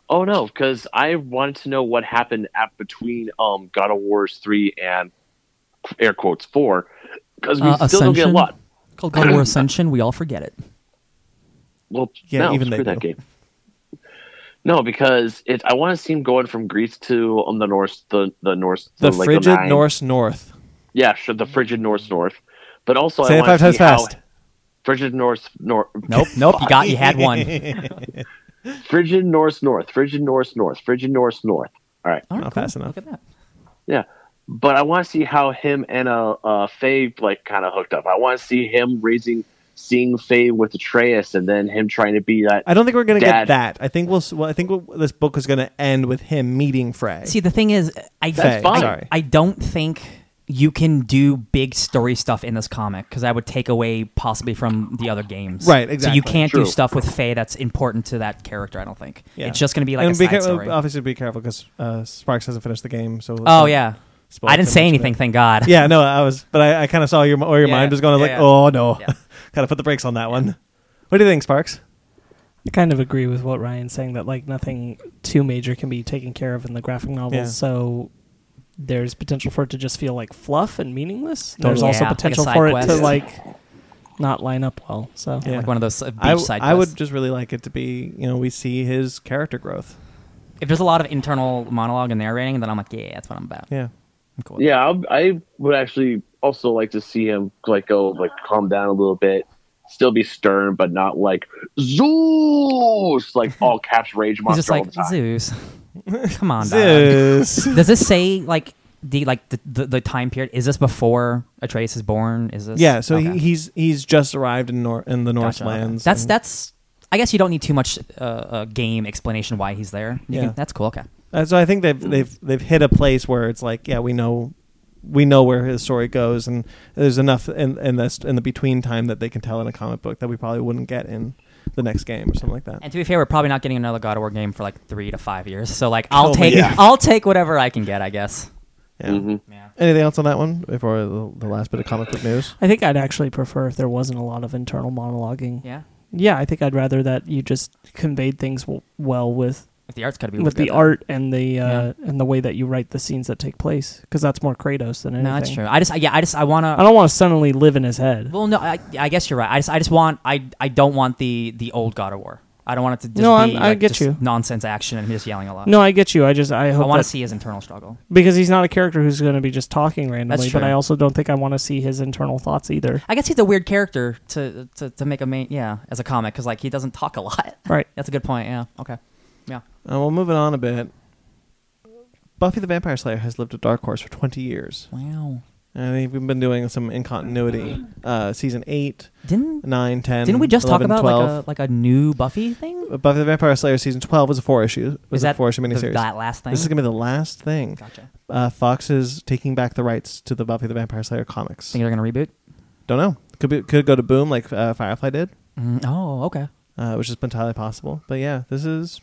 Oh no, because I wanted to know what happened at between um God of War's three and air quotes four, because we
Uh,
still don't get a
Ascension?
lot.
Called God
(coughs)
of War Ascension. We all forget it.
Well,
Yeah,
no,
even
screw
they
that
do.
game. No, because it. I want to see him going from Greece to um, the Norse, the the Norse,
the
like,
frigid
nine-
Norse North.
Yeah, sure, the frigid Norse North. But also,
Say
I
it
want
five
to
times
see how
fast.
frigid Norse North.
Nope, nope. You got, you
(laughs)
had one.
Frigid Norse North. Frigid Norse North. Frigid Norse North. All right.
All right,
Not
cool.
fast enough.
Look at that.
Yeah. But I want to see how him and uh, uh, Faye like kind of hooked up. I want to see him raising, seeing Faye with Atreus, and then him trying to be that.
I don't think we're gonna get
Dad.
that. I think we'll. s- Well, I think we'll, this book is gonna end with him meeting Frey.
See, the thing is, I
Faye,
fine.
sorry.
I don't think you can do big story stuff in this comic because I would take away possibly from the other games.
Right,
So
exactly.
you can't
True.
do stuff with Faye that's important to that character. I don't think
Yeah.
it's just going to be like
and
a side
be uh, car-
story.
Obviously, be careful because uh, Sparks hasn't finished the game. So
oh yeah,
spoiled
I didn't
too
say
much, but-
anything, thank God.
yeah, no, I was, but I, I kind of saw your where your
Yeah,
mind was going. I was like,
yeah, yeah.
oh no,
Yeah.
(laughs) gotta put the brakes on that one. What do you think, Sparks?
I kind of agree with what Ryan's saying that like nothing too major can be taken care of in the graphic novel,
Yeah.
so there's potential for it to just feel like fluff and meaningless. There's
Totally.
also
Yeah, like a
potential
side
for it to
quest.
like not line up well. So
Yeah.
Like one of those uh, beach
I,
side
I would
quests.
just really like it to be, you know, we see his character growth.
If there's a lot of internal monologue and narrating, then I'm like, yeah, that's what I'm about.
Yeah,
I'm cool. with
Yeah, I'll, I would actually also like to see him like go like calm down a little bit, still be stern, but not like
(laughs)
Zeus, like all caps rage
it. He's
monster
just like
all the time.
Zeus.
(laughs)
Come on, dog.
Zeus.
(laughs) Does this say like the like the, the, the time period? Is this before Atreus is born? Is this?
yeah, so
Okay.
he, he's he's just arrived in Nor- in the
Gotcha, okay.
Northlands.
That's
and
that's. I guess you don't need too much uh, uh, game explanation why he's there. You
Yeah.
can- that's cool. Okay.
Uh, so I think they've they've they've hit a place where it's like, yeah, we know we know where his story goes, and there's enough in in this in the between time that they can tell in a comic book that we probably wouldn't get in the next game or something like that.
And to be fair, we're probably not getting another God of War game for like three to five years. So like, I'll
Oh,
take
yeah.
I'll take whatever I can get. I guess.
Yeah. (laughs)
Mhm.
Anything else on that one before the, the last bit of comic book news?
I think I'd actually prefer if there wasn't a lot of internal monologuing.
Yeah.
Yeah, I think I'd rather that you just conveyed things w- well with
If the art's got to be
with
good,
the
though.
art and the uh, and the way that you write the scenes that take place because that's more Kratos than anything.
No, that's true. I just yeah, I just I want
I
to.
don't want to suddenly live in his head.
Well, no, I, I guess you're right. I just I just want I I don't want the the old God of War. I don't want it to just
No, I'm-
be
I
like,
get
just
you.
nonsense action and him just yelling a lot.
No, I get you. I just I
I
hope
want
that,
to see his internal struggle.
because he's not a character who's going to be just talking randomly. But
true.
I also don't think I want to see his internal
(laughs)
thoughts either.
I guess he's a weird character to to, to make a main yeah as a comic because like he doesn't talk a (laughs) lot.
Right.
That's a good point. Yeah. Okay. Yeah.
Uh, well, moving on a bit. Buffy the Vampire Slayer has lived at Dark Horse for 20 years.
Wow.
And they've been doing some incontinuity. Uh, season 8,
Didn't
9, 10.
didn't we just
11,
talk about
12.
like a like a new Buffy thing?
Uh, Buffy the Vampire Slayer season 12 was a four issue. Was
Is
a
that
four issue
the-
miniseries.
that last thing?
This is going to be the last thing.
Gotcha. I
Uh, Fox is taking back the rights to the Buffy the Vampire Slayer comics.
think they're gonna reboot.
Don't know. Could be, could go to Boom like uh, Firefly did,
Mm, oh, okay.
uh, which is entirely possible. But yeah, this is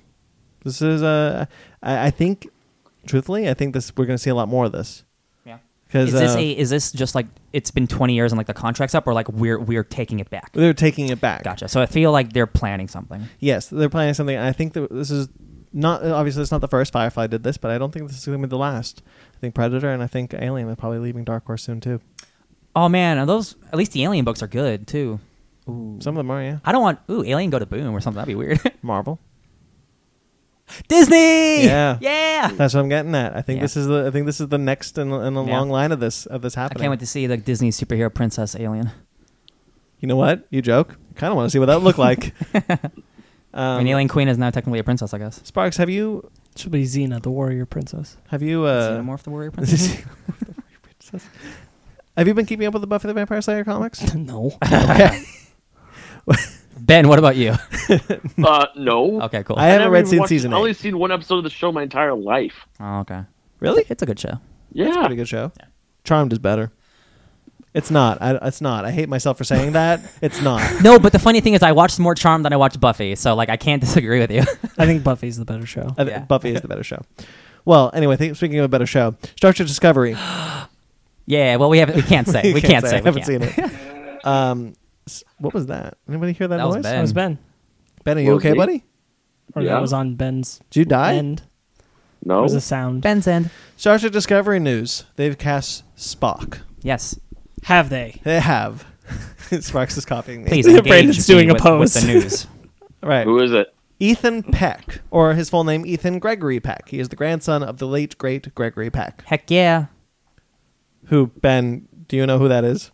this is uh, I, I think truthfully, I think this we're going to see a lot more of this. uh,
Yeah.
Because
Is this a is this just like it's been 20 years and like the contract's up or like we're we're taking it back?
They're taking it back.
Gotcha. So I feel like they're planning something.
Yes, they're planning something. I think that this is not obviously it's not the first Firefly did this, but I don't think this is going to be the last. I think Predator and I think Alien are probably leaving Dark Horse soon too.
Oh man, are those at least the Alien books are good too.
Some of them are, yeah.
I don't want ooh Alien go to Boom or something. That'd be weird. (laughs)
Marvel.
Disney.
Yeah.
Yeah.
That's what I'm getting at. I think
Yeah.
this is the I think this is the next in, the- in the
Yeah.
long line of this of this
I
happening.
can't wait to see the Disney superhero princess Alien.
You know what? You joke. I kind of want to see what that looked
(laughs)
like. um,
I mean, Alien Queen is now technically a princess, I guess.
Sparks, have you
Should be Xena, the
(laughs)
warrior princess.
have you uh, (laughs)
Xenomorph the warrior princess. (laughs)
have you been keeping up with the Buffy the Vampire Slayer
(laughs)
comics?
no,
I
ben, what
(laughs)
about you?
Uh, no,
Okay, cool.
I haven't
never
read
even
seen
watched-
season
I only
eight.
seen one episode of the show my entire life.
oh, okay.
Really?
It's a good show.
It's a
Yeah,
pretty good show. Charmed is better. It's not. I, it's not. I hate myself for saying that. It's
(laughs)
not.
No, but the funny thing is, I watched more Charm than I watched Buffy, so like I can't (laughs) disagree with you.
I think Buffy's the better show.
I think
Yeah.
Buffy is the better show. Well, anyway, think, speaking of a better show, Star Trek Discovery.
yeah, well, we have we can't say
(laughs) You
we can't, say,
I
we
haven't
can't.
seen it.
(laughs)
um, s- what was that? Anybody hear that,
That was
noise?
Ben.
That was Ben,
Ben, are you
Was
okay,
me?
buddy?
or
Yeah. Oh.
that was on Ben's
Did you die?
end. It
no.
was a sound.
Ben's end.
Star Trek Discovery news. They've cast Spock.
Yes,
Have they?
They have. (laughs) Sparks is copying me. (laughs)
please.
Yeah,
engage
Brandon's
me
doing a
with- with
pose.
the news.
Right.
Who is it?
Ethan Peck, or his full name, Ethan Gregory Peck. He is the grandson of the late, great Gregory Peck.
Heck yeah.
Who, Ben, do you know who that is?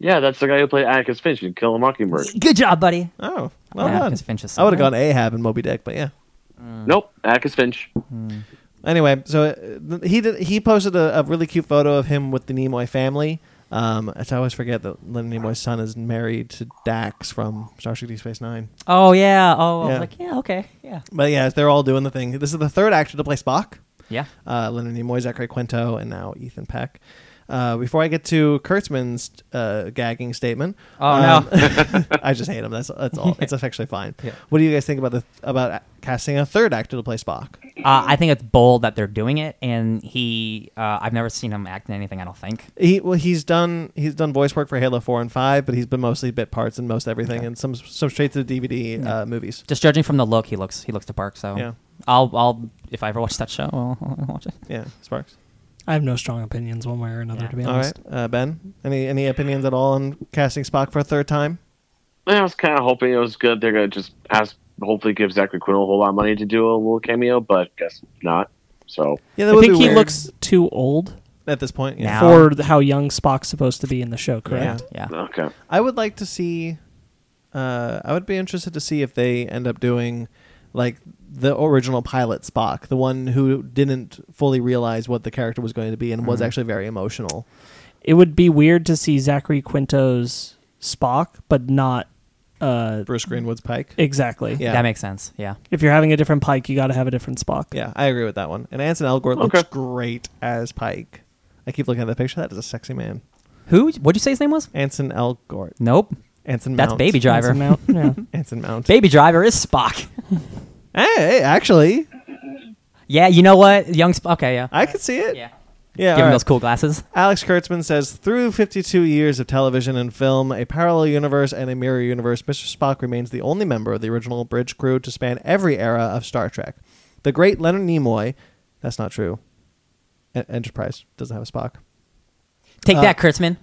Yeah, that's the guy who played Atticus Finch in Kill a Mockingbird.
Good job, buddy.
Oh, well
Yeah,
done.
because Finch is
I would have
somewhere.
gone Ahab and Moby Dick, but yeah.
Nope, Atticus Finch.
Anyway, so uh, th- he did, he posted a, a really cute photo of him with the Nimoy family. Um, as I always forget that Leonard Nimoy's son is married to Dax from Starship Deep Space Nine.
Oh yeah. Oh, I was
Yeah.
like yeah. Okay. Yeah.
But yeah, they're all doing the thing. This is the third actor to play Spock.
Yeah.
uh, Leonard Nimoy, Zachary Quinto, and now Ethan Peck. Uh, before I get to Kurtzman's uh, gagging statement, um,
Oh, no.
(laughs) I just hate him. That's that's
(laughs)
all. It's actually fine.
Yeah.
What do you guys think about the about casting a third actor to play Spock?
Uh, I think it's bold that they're doing it, and he. Uh, I've never seen him act in anything. I don't think.
He well, he's done he's done voice work for Halo Four and Five, but he's been mostly bit parts in most everything and some some straight to the DVD uh, movies.
Just judging from the look, he looks. He looks the park. So
Yeah.
I'll. I'll. If I ever watch that show, (laughs) I'll, I'll watch it.
Yeah, Sparks.
I have no strong opinions one way or another,
Yeah.
to be
All right,
honest.
uh, Ben. Any any opinions at all on casting Spock for a third time?
I was kind of hoping it was good. They're gonna just ask, hopefully, give Zachary Quinn a whole lot of money to do a little cameo, but guess not. So
Yeah,
I think he looks too old
at this point. Yeah.
Now.
for th- how young Spock's supposed to be in the show, correct?
Yeah.
okay,
I would like to see. Uh, I would be interested to see if they end up doing like the original pilot Spock, the one who didn't fully realize what the character was going to be and was actually very emotional.
It would be weird to see Zachary Quinto's Spock, but not uh,
Bruce Greenwood's Pike.
exactly.
Yeah.
That makes sense. Yeah.
If you're having a different Pike, you got to have a different Spock.
Yeah, I agree with that one. And Anson Elgort looks
Okay.
great as Pike. I keep looking at the picture. That is a sexy man.
Who? What'd you say his name was?
Anson Elgort.
Nope.
Anson Mount.
That's Baby
That's
Driver.
amount-
(laughs)
yeah.
Anson Mount.
Baby Driver is Spock. (laughs)
hey, hey, actually,
yeah. You know what? Young Spock. Okay. Yeah.
I could see it.
yeah.
Yeah.
Give him
all right.
those cool glasses.
Alex Kurtzman says, through 52 years of television and film, a parallel universe and a mirror universe, Mr. Spock remains the only member of the original bridge crew to span every era of Star Trek. The great Leonard Nimoy, that's not true. E- Enterprise doesn't have a Spock. Uh,
Take
(laughs)
that, Kurtzman.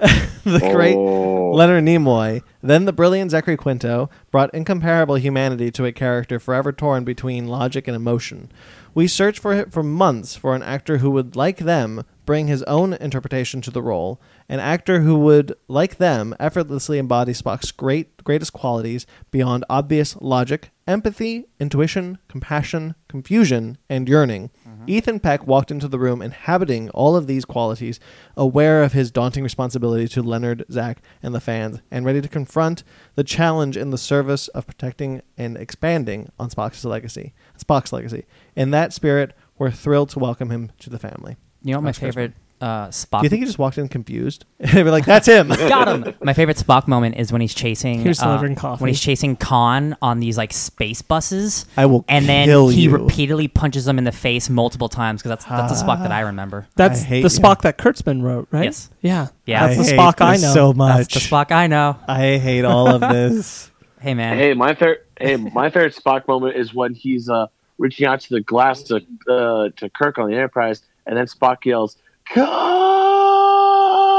the great
Oh.
Leonard Nimoy, then the brilliant Zachary Quinto, brought incomparable humanity to a character forever torn between logic and emotion. We searched for it for months for an actor who would, like them, bring his own interpretation to the role, an actor who would, like them, effortlessly embody Spock's great greatest qualities beyond obvious logic, empathy, intuition, compassion, confusion, and yearning. Ethan Peck walked into the room inhabiting all of these qualities, aware of his daunting responsibility to Leonard, Zach, and the fans, and ready to confront the challenge in the service of protecting and expanding on Spock's legacy. Spock's legacy. In that spirit, we're thrilled to welcome him to the family.
You know what my
Alex Kurtzman.
favorite uh, Spock.
Do you think he just walked in confused? (laughs) they were like, "That's him."
Got him. My favorite Spock moment is when he's chasing uh,
Here's delivering coffee.
when he's chasing Khan on these like space buses.
I will
and then
kill
he
you.
repeatedly punches him in the face multiple times because that's that's the Spock
Ah.
that I remember.
That's
I hate
the
you.
Spock that Kurtzman wrote, right?
Yes.
Yeah.
Yeah.
That's the
hate
Spock I
this
know.
so much.
That's the Spock I know.
I hate all of this.
Hey man.
Hey, my favorite. Hey, my favorite Spock moment is when he's uh, reaching out to the glass to uh, to Kirk on the Enterprise, and then Spock yells, "Come!"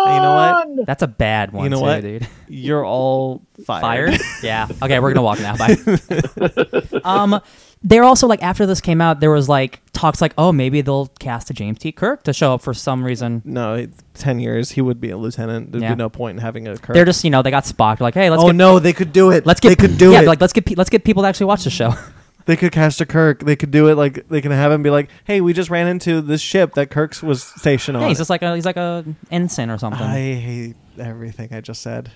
you know what?
know
That's a bad one
You know
too,
what?
dude.
You're all fired.
Fired? yeah. Okay, we're gonna walk now. Bye. um they're also like after this came out, there was like talks like, oh, maybe they'll cast a James T. Kirk to show up for some reason.
(laughs) No, it's ten years. He would be a lieutenant. There'd
Yeah.
be no point in having a. Kirk.
They're just you know they got Spock. They're like, hey, let's
oh
get
no, they could do it.
let's get
they could do
yeah,
it.
Like let's get pe- let's get people to actually watch the show.
they could cast a Kirk. They could do it. Like they can have him be like, "Hey, we just ran into this ship that Kirk's was stationed
(laughs) yeah,
on."
he's just like a, he's like a ensign or something.
I hate everything I just said.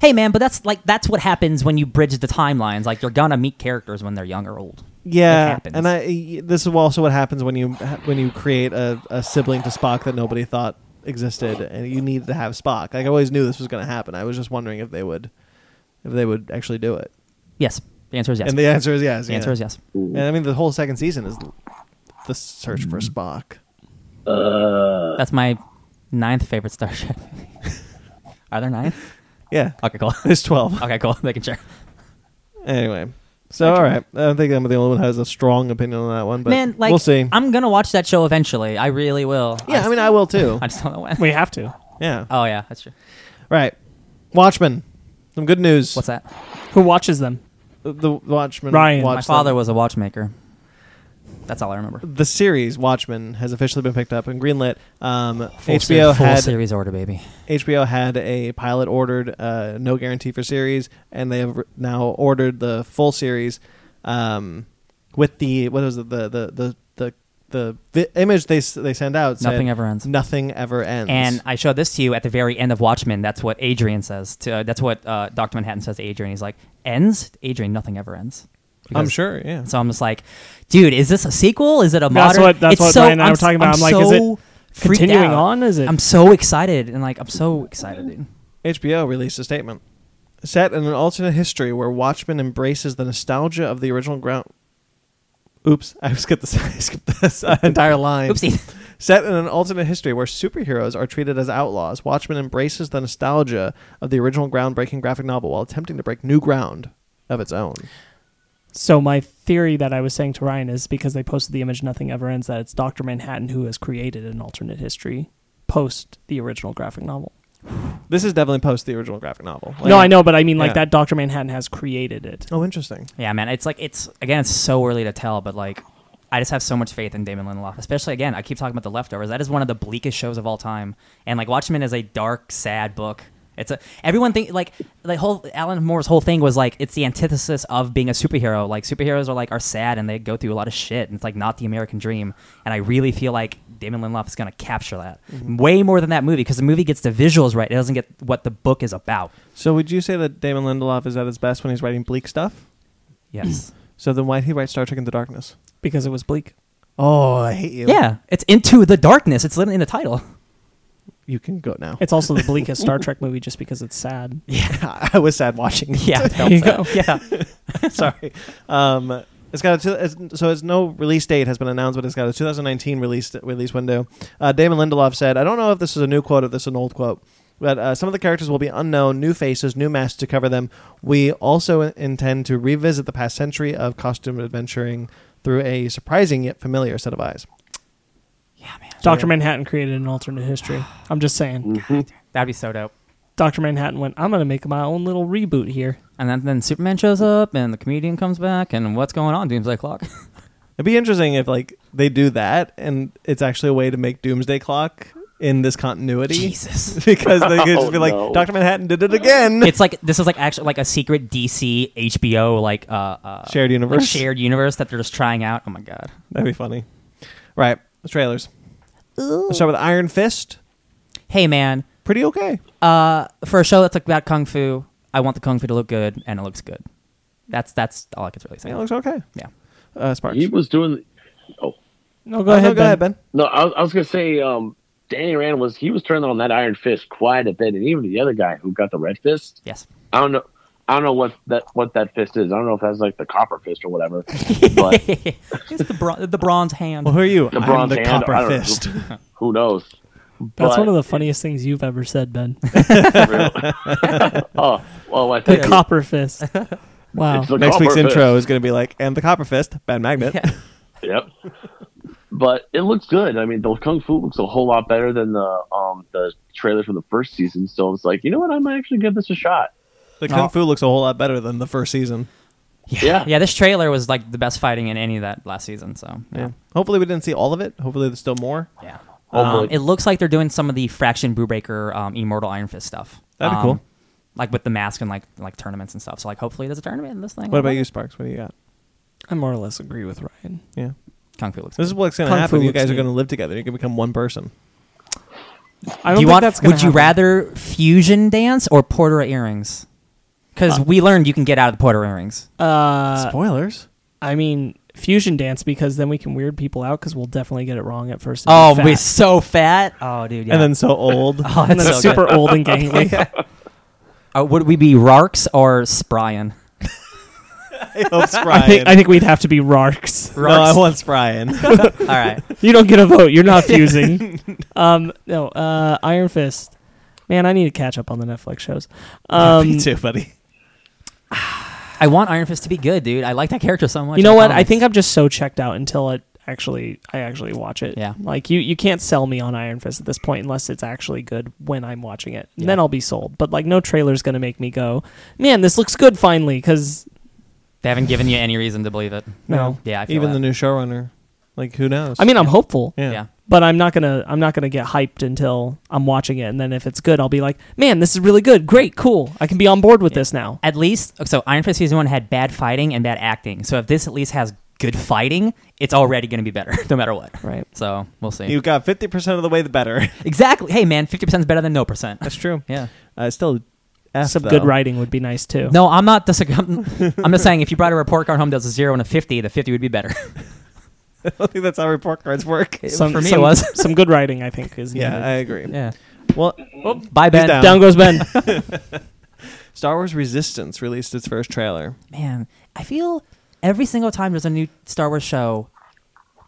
hey man, but that's like that's what happens when you bridge the timelines. Like you're gonna meet characters when they're young or old. It
Yeah,
happens.
and I. This is also what happens when you when you create a, a sibling to Spock that nobody thought existed, and you needed to have Spock. Like I always knew this was going to happen. I was just wondering if they would, if they would actually do it.
Yes, the answer is yes.
And the answer is yes.
The answer
yeah.
is yes.
And I mean, the whole second season is the search for Spock.
That's my ninth favorite Star Trek. Are there
(laughs)
nine?
Yeah,
Okay, cool.
there's twelve.
(laughs) okay, cool. They can share.
Anyway, so all right, I don't think I'm the only one who has a strong opinion on that one, but
Man, like
we'll see.
I'm gonna watch that show eventually. I really will.
yeah,
I,
I mean, I will too.
(laughs) I just don't know when.
We have to.
yeah.
Oh yeah, that's true.
Right. Watchmen. Some good news.
What's that?
Who watches them?
The- The Watchmen.
Ryan,
watched
My father
them.
was a watchmaker. That's all I remember.
The series Watchmen has officially been picked up and greenlit. Um,
Full
HBO
series, full
had
series order, baby.
HBO had a pilot ordered, uh, no guarantee for series, and they have r- now ordered the full series um, with the what was it the the the the, the vi- image they s- they send out. said,
Nothing ever ends.
Nothing ever ends.
And I showed this to you at the very end of Watchmen. That's what Adrian says. To, uh, that's what uh, Doctor Manhattan says to Adrian. He's like, "Ends, Adrian. Nothing ever ends."
I'm
Because-
sure. Yeah.
So I'm just like, dude, is this a sequel? Is it a modern?
That's what- that's
it's
what
so,
Ryan and I
I'm
were
s-
talking about. I'm like, is
so
it-
freaked
Continuing
out.
on, is it?
I'm so excited and like I'm so excited, dude.
HBO released a statement. Set in an alternate history where Watchmen embraces the nostalgia of the original ground. Oops, (laughs) I skipped this. I skipped (laughs) this uh, entire line.
Oopsie.
Set in an alternate history where superheroes are treated as outlaws, Watchmen embraces the nostalgia of the original groundbreaking graphic novel while attempting to break new ground of its own.
So my theory that I was saying to Ryan is because they posted the image "Nothing Ever Ends" that it's Doctor Manhattan who has created an alternate history post the original graphic novel.
This is definitely post the original graphic novel. Like-
no, I know, but I mean like
yeah.
that Doctor Manhattan has created it.
Oh, interesting.
Yeah, man. It's like it's again, it's so early to tell, but like I just have so much faith in Damon Lindelof. Especially again, I keep talking about the leftovers. That is one of the bleakest shows of all time. And like Watchmen is a dark, sad book. It's a everyone think like the whole Alan Moore's whole thing was like it's the antithesis of being a superhero. Like superheroes are like are sad and they go through a lot of shit and it's like not the American dream. And I really feel like Damon Lindelof is gonna capture that way more than that movie because the movie gets the visuals right. It doesn't get what the book is about.
So, would you say that Damon Lindelof is at his best when he's writing bleak stuff?
Yes.
So then, why did he write Star Trek Into Darkness?
because it was bleak.
Oh, I hate you.
yeah. It's into the darkness. It's literally in the title.
you can go now.
It's also the bleakest Star Trek movie just because it's sad.
(laughs) Yeah, I was sad watching. it. (laughs)
Yeah,
I felt
you
sad.
go. (laughs)
yeah.
Sorry. Um, it's got a two, it's, so it's no release date has been announced, but it's got a 2019 release release window. Uh, Damon Lindelof said, "I don't know if this is a new quote or this is an old quote." But uh, some of the characters will be unknown, new faces, new masks to cover them. We also in- intend to revisit the past century of costume adventuring through a surprising yet familiar set of eyes.
Yeah, man.
Doctor Manhattan created an alternate history. I'm just saying.
Mm-hmm. That'd be so dope.
Doctor Manhattan went. I'm gonna make my own little reboot here.
And then, then Superman shows up, and the comedian comes back, and what's going on, Doomsday
(laughs)
Clock?
It'd be interesting if like they do that, and it's actually a way to make Doomsday Clock in this continuity. (laughs)
Jesus.
because they could
Oh,
just be like,
no.
Doctor Manhattan did it
(laughs)
again.
it's like this is like actually like a secret DC HBO like uh, uh
Shared universe.
like shared universe that they're just trying out. Oh my god.
That'd be funny. Right, the trailers. Let's start with Iron Fist.
Hey man,
Pretty okay.
uh, for a show that's about kung fu, I want the kung fu to look good, and it looks good. That's that's all I could really say.
Yeah, it looks okay.
yeah.
Uh, Sparks.
He was doing. Oh
No, go
Oh,
ahead.
no, go ahead, Ben.
no, I was, I was gonna say, um, Danny Rand was he was turning on that Iron Fist quite a bit, and even the other guy who got the red fist.
Yes.
I don't know. I don't know what that what that fist is. I don't know if that's like the copper fist
(laughs)
or whatever. But
(laughs) it's the bron- the bronze hand.
Well, who are you?
The
I'm
bronze
the
hand,
Copper
I don't know.
Fist.
who knows?
That's
But-
one of the funniest things you've ever
(laughs)
said, Ben. (laughs)
oh well, I
The
think
(laughs)
copper fist. Wow.
it's
(laughs)
the
Next
copper
week's
fist.
intro is going to be like, and the Copper Fist, Ben Magnet.
Yeah.
Yep. But it looks good. I mean, the kung fu looks a whole lot better than the um the trailer from the first season. So it's like, you know what? I might actually give this a shot.
The Kung
Oh.
Fu looks a whole lot better than the first season.
Yeah.
yeah, this trailer was like the best fighting in any of that last season. So yeah.
Hopefully, we didn't see all of it. Hopefully, there's still more.
Yeah.
Oh
Hopefully.
Um, it looks like they're doing some of the Fraction Brewbreaker um, Immortal Iron Fist stuff.
That'd be
Um,
cool.
Like with the mask and like like tournaments and stuff. So like hopefully there's a tournament in this thing.
Uh-huh.
What about you, Sparks? What do you got?
I more or less agree with Ryan.
Yeah.
Kung Fu looks.
This is what's going to
Kung
happen.
Fu
You
looks
guys are
neat.
going to live together. You can become one person.
I don't
Do you
think
want?
that's
would
gonna
you
happen.
rather fusion dance or Porter earrings? Because we learned you can get out of the Porter earrings.
Uh,
Spoilers.
I mean, fusion dance because then we can weird people out because we'll definitely get it wrong at first. and
oh,
be
we're
fat.
so fat. Oh, dude. Yeah.
And then so old.
(laughs) oh,
(laughs) and
that's
then
so
super
good. (laughs)
old and gangly.
Uh, would we be Rarks or Spryan?
I hope
I think I
Spryan.
think we'd have to be Rarks.
No, I want Spryan.
(laughs) All right.
You don't get a vote.
(laughs)
You're not fusing. um, no, uh, Iron Fist. Man, I need to catch up on the Netflix shows.
Oh,
Um,
Me too, buddy.
I want Iron Fist to be good, dude. I like that character so much.
you know
in
what? I
comics.
think I'm just so checked out until it actually I actually watch it.
Yeah.
Like you you can't sell me on Iron Fist at this point unless it's actually good when I'm watching it. And Then
Yeah.
I'll be sold. But like no trailer's going to make me go, "Man, this looks good finally" cuz
they haven't given you any reason to believe it.
no.
Yeah, I feel
Even
that.
the new showrunner. Like, who knows?
I mean, I'm hopeful,
yeah.
yeah.
but I'm not going to I'm not going to get hyped until I'm watching it and then if it's good, I'll be like, "Man, this is really good. Great. Cool. I can be on board with this now."
at least so Iron Fist season one had bad fighting and bad acting. So if this at least has good fighting, it's already going to be better, (laughs) no matter what.
Right.
So we'll see.
You got 50% of the way the better.
exactly. Hey man, fifty percent is better than no
(laughs)
percent.
That's true.
Yeah.
Uh, still, F,
Some
though.
good writing would be nice too.
No, (laughs) (laughs) I'm not disagreeing. I'm just saying if you brought a report card home that was a zero and a fifty, the fifty would be better.
(laughs) I don't think that's how report cards (laughs) work.
It-
Some,
for me,
some,
it was.
(laughs) some good writing, I think, is
Yeah, Oh, I
needed.
agree.
yeah. um,
Well,
Bye, Ben.
down.
Down
(laughs)
goes Ben.
Star Wars Resistance released its first trailer.
Man, I feel every single time there's a new Star Wars show,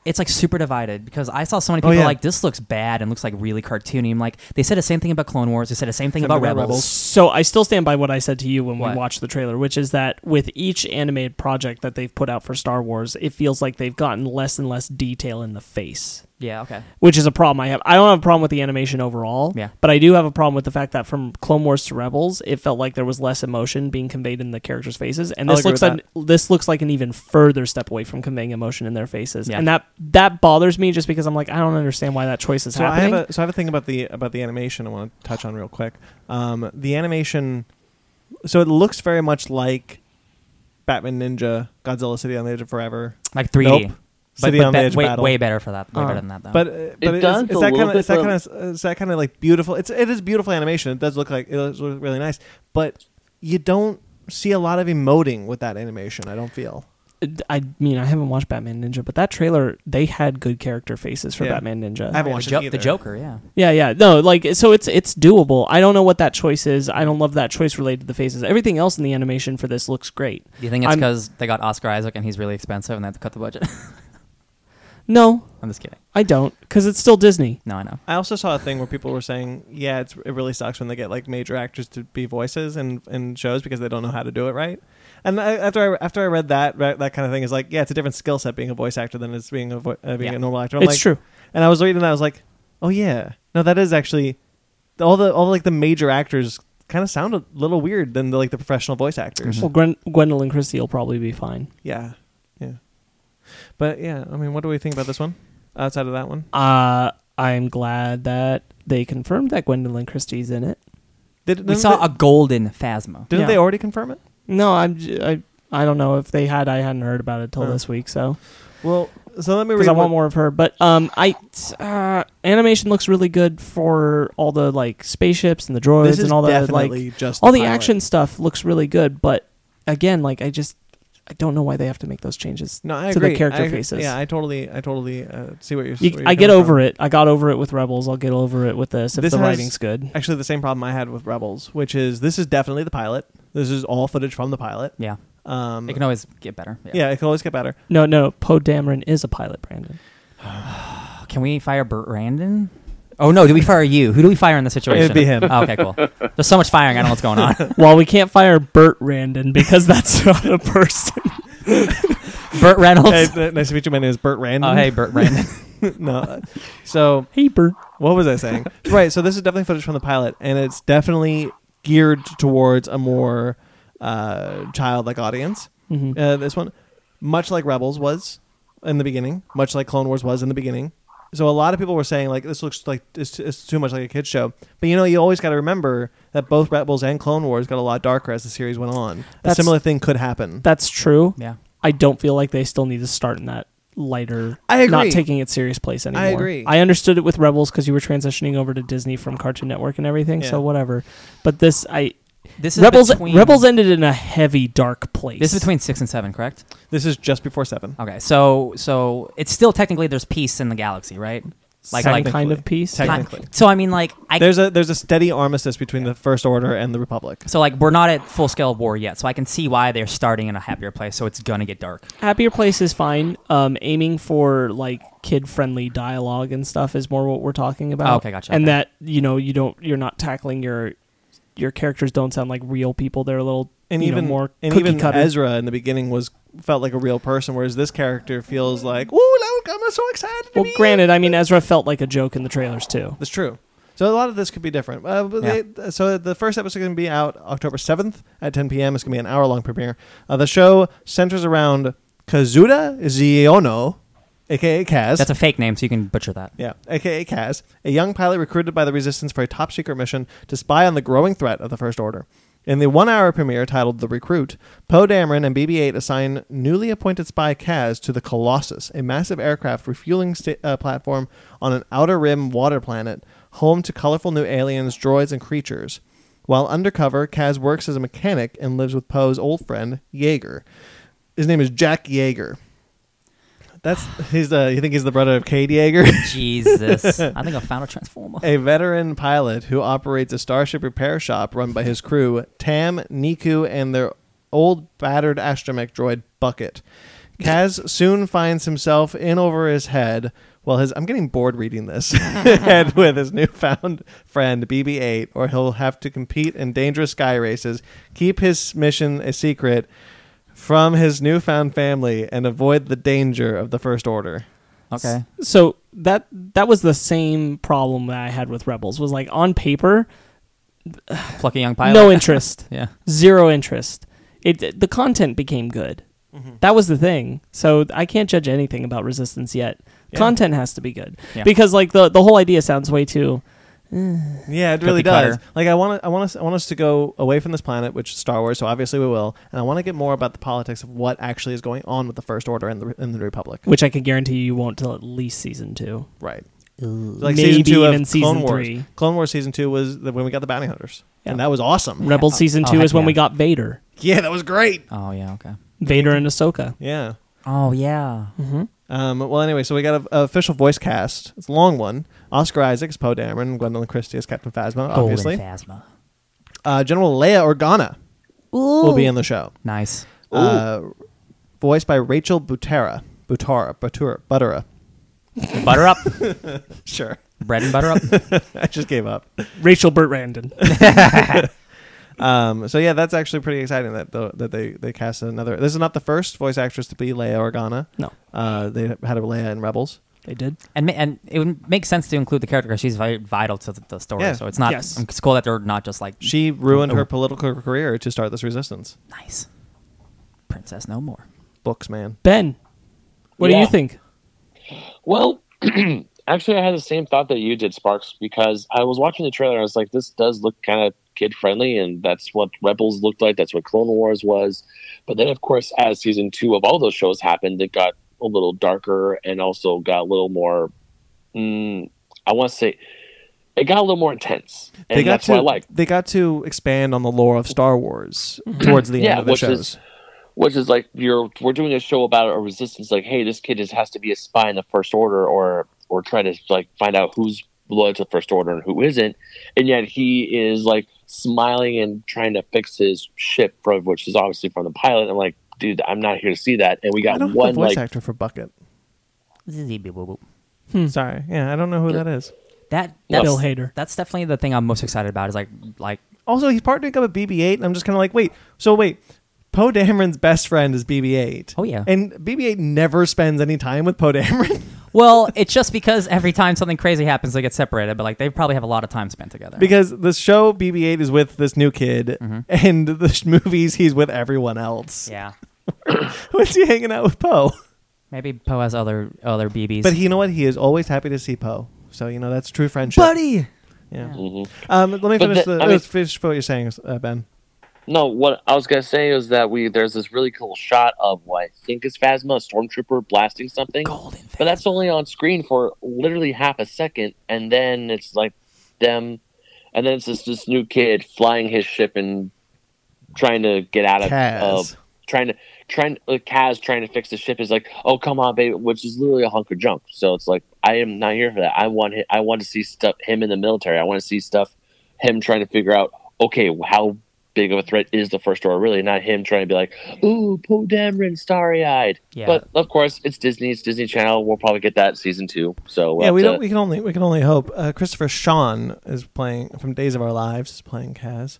it's like super divided because I saw so many
Oh,
people
yeah.
like this looks bad and looks like really cartoony. I'm like, they said the same thing about Clone Wars. They said the same thing
Same
about
about
Rebels.
Rebels.
So I still stand by what I said to you when
What?
we watched the trailer, which is that with each animated project that they've put out for Star Wars, it feels like they've gotten less and less detail in the face,
Yeah. Okay.
which is a problem I have. I don't have a problem with the animation overall,
Yeah.
but I do have a problem with the fact that from Clone Wars to Rebels, it felt like there was less emotion being conveyed in the characters' faces, and
I'll
this
agree
looks
with
like this looks like an even further step away from conveying emotion in their faces,
Yeah.
and that that bothers me just because I'm like I don't understand why that choice is
So
happening.
I have a so I have a thing about the about the animation I want to touch on real quick. Um, the animation, so it looks very much like Batman Ninja, Godzilla City on the Edge of Forever,
Like 3D.
Nope.
But,
City
but
on the
be-
Edge
way,
Battle.
way better for that. Way
Uh,
better than that though.
But uh, but it's,
does
it's that
a little
kind of it's
bit
that kind of it's that kind of like beautiful. It's it is beautiful animation. It does look like it looks really nice, but you don't see a lot of emoting with that animation. I don't feel.
I mean, I haven't watched Batman Ninja, but that trailer they had good character faces for
Yeah.
Batman Ninja.
I haven't
the,
watched it
Jo-
either.
the Joker. Yeah.
yeah, yeah, no, like so it's it's doable. I don't know what that choice is. I don't love that choice related to the faces. Everything else in the animation for this looks great.
Do you think it's
I'm-
because they got Oscar Isaac and he's really expensive and they had to cut the budget? (laughs)
No,
I'm just kidding.
I don't, because it's still Disney.
No, I know.
I also saw a thing where people were saying, "Yeah, it's, it really sucks when they get like major actors to be voices in, in shows because they don't know how to do it right." And I, after I after I read that right, that kind of thing is like, yeah, it's a different skill set being a voice actor than it's being a vo- uh, being
Yeah.
a normal actor. I'm
It's
like-
true.
And I was reading, that I was like, "Oh yeah, no, that is actually all the all like the major actors kind of sound a little weird than the, like the professional voice actors."
Well, Gwen- Gwendolyn Christie will probably be fine.
Yeah, yeah. But yeah, I mean, what do we think about this one? Outside of that one,
Uh I'm glad that they confirmed that Gwendolyn Christie's in it.
Did,
We
didn't
saw
they,
a golden phasma.
didn't
yeah.
they already confirm it?
No, I'm j- I I don't know if they had. I hadn't heard about it till
Oh.
this week, so.
Well, so let me read.
because I want
what-
more of her. But um, I uh, animation looks really good for all the like spaceships and the droids
This is
and all that.
definitely
Like
just
all the
pilot.
action stuff looks really good. But again, like I just I don't know why they have to make those changes
No, I
to
agree.
the character
I agree.
faces.
Yeah, I totally, I totally uh, see what you're.
You- I get over it. I got over it with Rebels. I'll get over it with this if
This
the
has-
writing's good.
Actually, the same problem I had with Rebels, which is this is definitely the pilot. This is all footage from the pilot.
Yeah.
Um,
It can always get better.
yeah, it can always get better.
No, no, Poe Dameron is a pilot, Brandon. (laughs)
Can we fire Brandon? Oh no! Do we fire you? Who do we fire in this situation?
It'd be him.
Oh,
(laughs)
okay, cool. There's so much firing. I don't know what's going on.
While we can't fire Bert Randon because that's (laughs) not a person.
Burt Reynolds.
hey, n- nice to meet you. My name is Burt Rand.
oh, hey, Burt Brandon.
(laughs) no. uh, So
Hey, Bert.
what was I saying? right. So this is definitely footage from the pilot, and it's definitely geared towards a more uh, childlike audience.
Mhm.
Uh, this one, much like Rebels was in the beginning, much like Clone Wars was in the beginning. So a lot of people were saying like this looks like it's, it's too much like a kids show. But you know, you always got to remember that both Rebels and Clone Wars got a lot darker as the series went on.
That's-
a similar thing could happen.
That's true.
yeah.
I don't feel like they still need to start in that lighter,
I agree.
not taking it serious place anymore.
agree.
I understood it with Rebels because you were transitioning over to Disney from Cartoon Network and everything,
Yeah.
so whatever. But this, I
This is
Rebels
between-
Rebels ended in a heavy, dark place.
This is between six and seven, correct?
This is just before seven.
Okay, so so it's still technically there's peace in the galaxy, right? Like
some
like
kind of piece.
Technically.
So I mean, like I
There's a there's a steady armistice between the First Order and the Republic.
so like we're not at full scale war yet, so I can see why they're starting in a happier place. So it's gonna get dark.
Happier Place is fine. Um, aiming for like kid-friendly dialogue and stuff is more what we're talking about.
Oh, okay, gotcha,
And
okay.
that you know you don't you're not tackling your your characters don't sound like real people. They're a little
and
you know,
even
more
and
cookie
even
cutter.
Ezra in the beginning was felt like a real person, whereas this character feels like, "Woo, look, I'm so excited." to
Well,
be here."
granted, I mean Ezra felt like a joke in the trailers too.
that's true. So a lot of this could be different. Uh, but
Yeah.
they, so the first episode is going to be out October seventh at 10 p.m. It's going to be an hour long premiere. Uh, the show centers around Kazuda Ziono, aka Kaz.
That's a fake name, so you can butcher that.
Yeah, aka Kaz, a young pilot recruited by the Resistance for a top secret mission to spy on the growing threat of the First Order. In the one hour premiere titled The Recruit, Poe Dameron and BB 8 assign newly appointed spy Kaz to the Colossus, a massive aircraft refueling sta- uh, platform on an outer rim water planet, home to colorful new aliens, droids, and creatures. While undercover, Kaz works as a mechanic and lives with Poe's old friend, Jaeger. His name is Jack Jaeger. That's he's the you think he's the brother of Cade (laughs) Yeager,
Jesus. (laughs) I think I found a transformer.
a veteran pilot who operates a starship repair shop run by his crew Tam, Niku, and their old battered astromech droid Bucket. Kaz soon finds himself in over his head. Well, his I'm getting bored reading this. (laughs) head with his newfound friend BB-8, or he'll have to compete in dangerous sky races, keep his mission a secret from his newfound family, and avoid the danger of the First Order.
Okay.
so that that was the same problem that I had with Rebels was like on paper
Plucky young pilot. (laughs)
no interest
Yeah.
zero interest it the content became good that was the thing so I can't judge anything about resistance yet content has to be good
Yeah.
because like the the whole idea sounds way too
Yeah, it really
Cookie cutter.
does. Like I want to, I want us, I want us to go away from this planet, which is Star Wars. So obviously we will, and I want to get more about the politics of what actually is going on with the First Order and the and the Republic.
which I can guarantee you won't till at least season two
Right. Like
maybe
season two
even
of
season
Clone Wars.
three.
Clone Wars season two was the, when we got the bounty hunters,
Yeah.
and that was awesome.
Rebels season
Oh,
two
heck
is when
yeah.
we got Vader
Yeah, that was great.
Oh yeah. Okay.
Vader and Ahsoka
Yeah.
Oh yeah.
Um, well, anyway, so we got a, a official voice cast. It's a long one. Oscar Isaac is Poe Dameron. Gwendolyn Christie is Captain Phasma, obviously.
Golden Phasma.
Uh, General Leia Organa will be in the show.
Nice.
uh, voiced by Rachel Butera. Butera, Butera, (laughs) Buttera.
Butter up. (laughs)
Sure.
Bread and butter up.
I just gave up.
Rachel Burt Randon
Um, so yeah, that's actually pretty exciting that the, that they they cast another. This is not the first voice actress to be Leia Organa.
no
Uh, they had a Leia in Rebels.
(laughs) they did
And ma- and it would make sense to include the character because she's vi- vital to the, the story.
Yeah.
So it's not.
Yes.
It's cool that they're not just like
She ruined her
Oh.
political career to start this resistance.
nice. Princess no more.
Books, man.
Ben what do
Yeah.
you think
Well, (clears throat) actually, I had the same thought that you did, Sparks, because I was watching the trailer and I was like, this does look kind of kid friendly, and that's what Rebels looked like. That's what Clone Wars was. But then, of course, as season two of all those shows happened, it got a little darker and also got a little more. Mm, I want to say it got a little more intense, and
they got
that's
to
what I like. Mm-hmm.
they got to expand on the lore of Star Wars towards the
Yeah,
end of the
which
shows.
is- which is like you're we're doing a show about a resistance like hey this kid just has to be a spy in the first order or or try to like find out who's loyal to the first order and who isn't and yet he is like smiling and trying to fix his ship from which is obviously from the pilot i'm like dude i'm not here to see that and we
I
got
don't have the
one
voice
like
actor for Bucket.
That
Hmm.
Sorry. Yeah, I don't know who that is.
that's,
Bill Hader
that's definitely the thing I'm most excited about. Is like like
Also, he's partnering up with BB-8, and I'm just kind of like, wait. So wait, Poe Dameron's best friend is BB-8.
Oh, yeah.
and BB-8 never spends any time with Poe Dameron (laughs)
well, it's just because every time something crazy happens, they get separated. But like they probably have a lot of time spent together.
because the show BB-8 is with this new kid, and the sh- movies he's with everyone else. (laughs)
Mm-hmm. yeah,
When's he hanging out with Poe?
maybe Poe has other other BBs.
But he, you know what? He is always happy to see Poe. So you know that's true friendship, buddy. Yeah. Um, let me
Mm-hmm. But
finish
the-
the,
I mean-
let's finish what you're saying, uh, Ben.
no what i was gonna say is that we there's this really cool shot of what i think is phasma a stormtrooper blasting something
golden.
But that's only on screen for literally half a second, and then it's like them, and then it's just this new kid flying his ship and trying to get out of
Kaz.
uh, trying to trying uh, Kaz trying to fix the ship is like, oh come on, baby, which is literally a hunk of junk. So it's like I am not here for that. I want hi- I want to see stuff him in the military. I want to see stuff him trying to figure out okay how big of a threat is the first order really, not him trying to be like, ooh, Poe Dameron, starry eyed.
Yeah.
But of course, it's Disney. It's Disney Channel. We'll probably get that season two. So we'll
yeah,
have
we
to-
don't. We can only we can only hope. Uh, Christopher Sean is playing from Days of Our Lives is playing Kaz.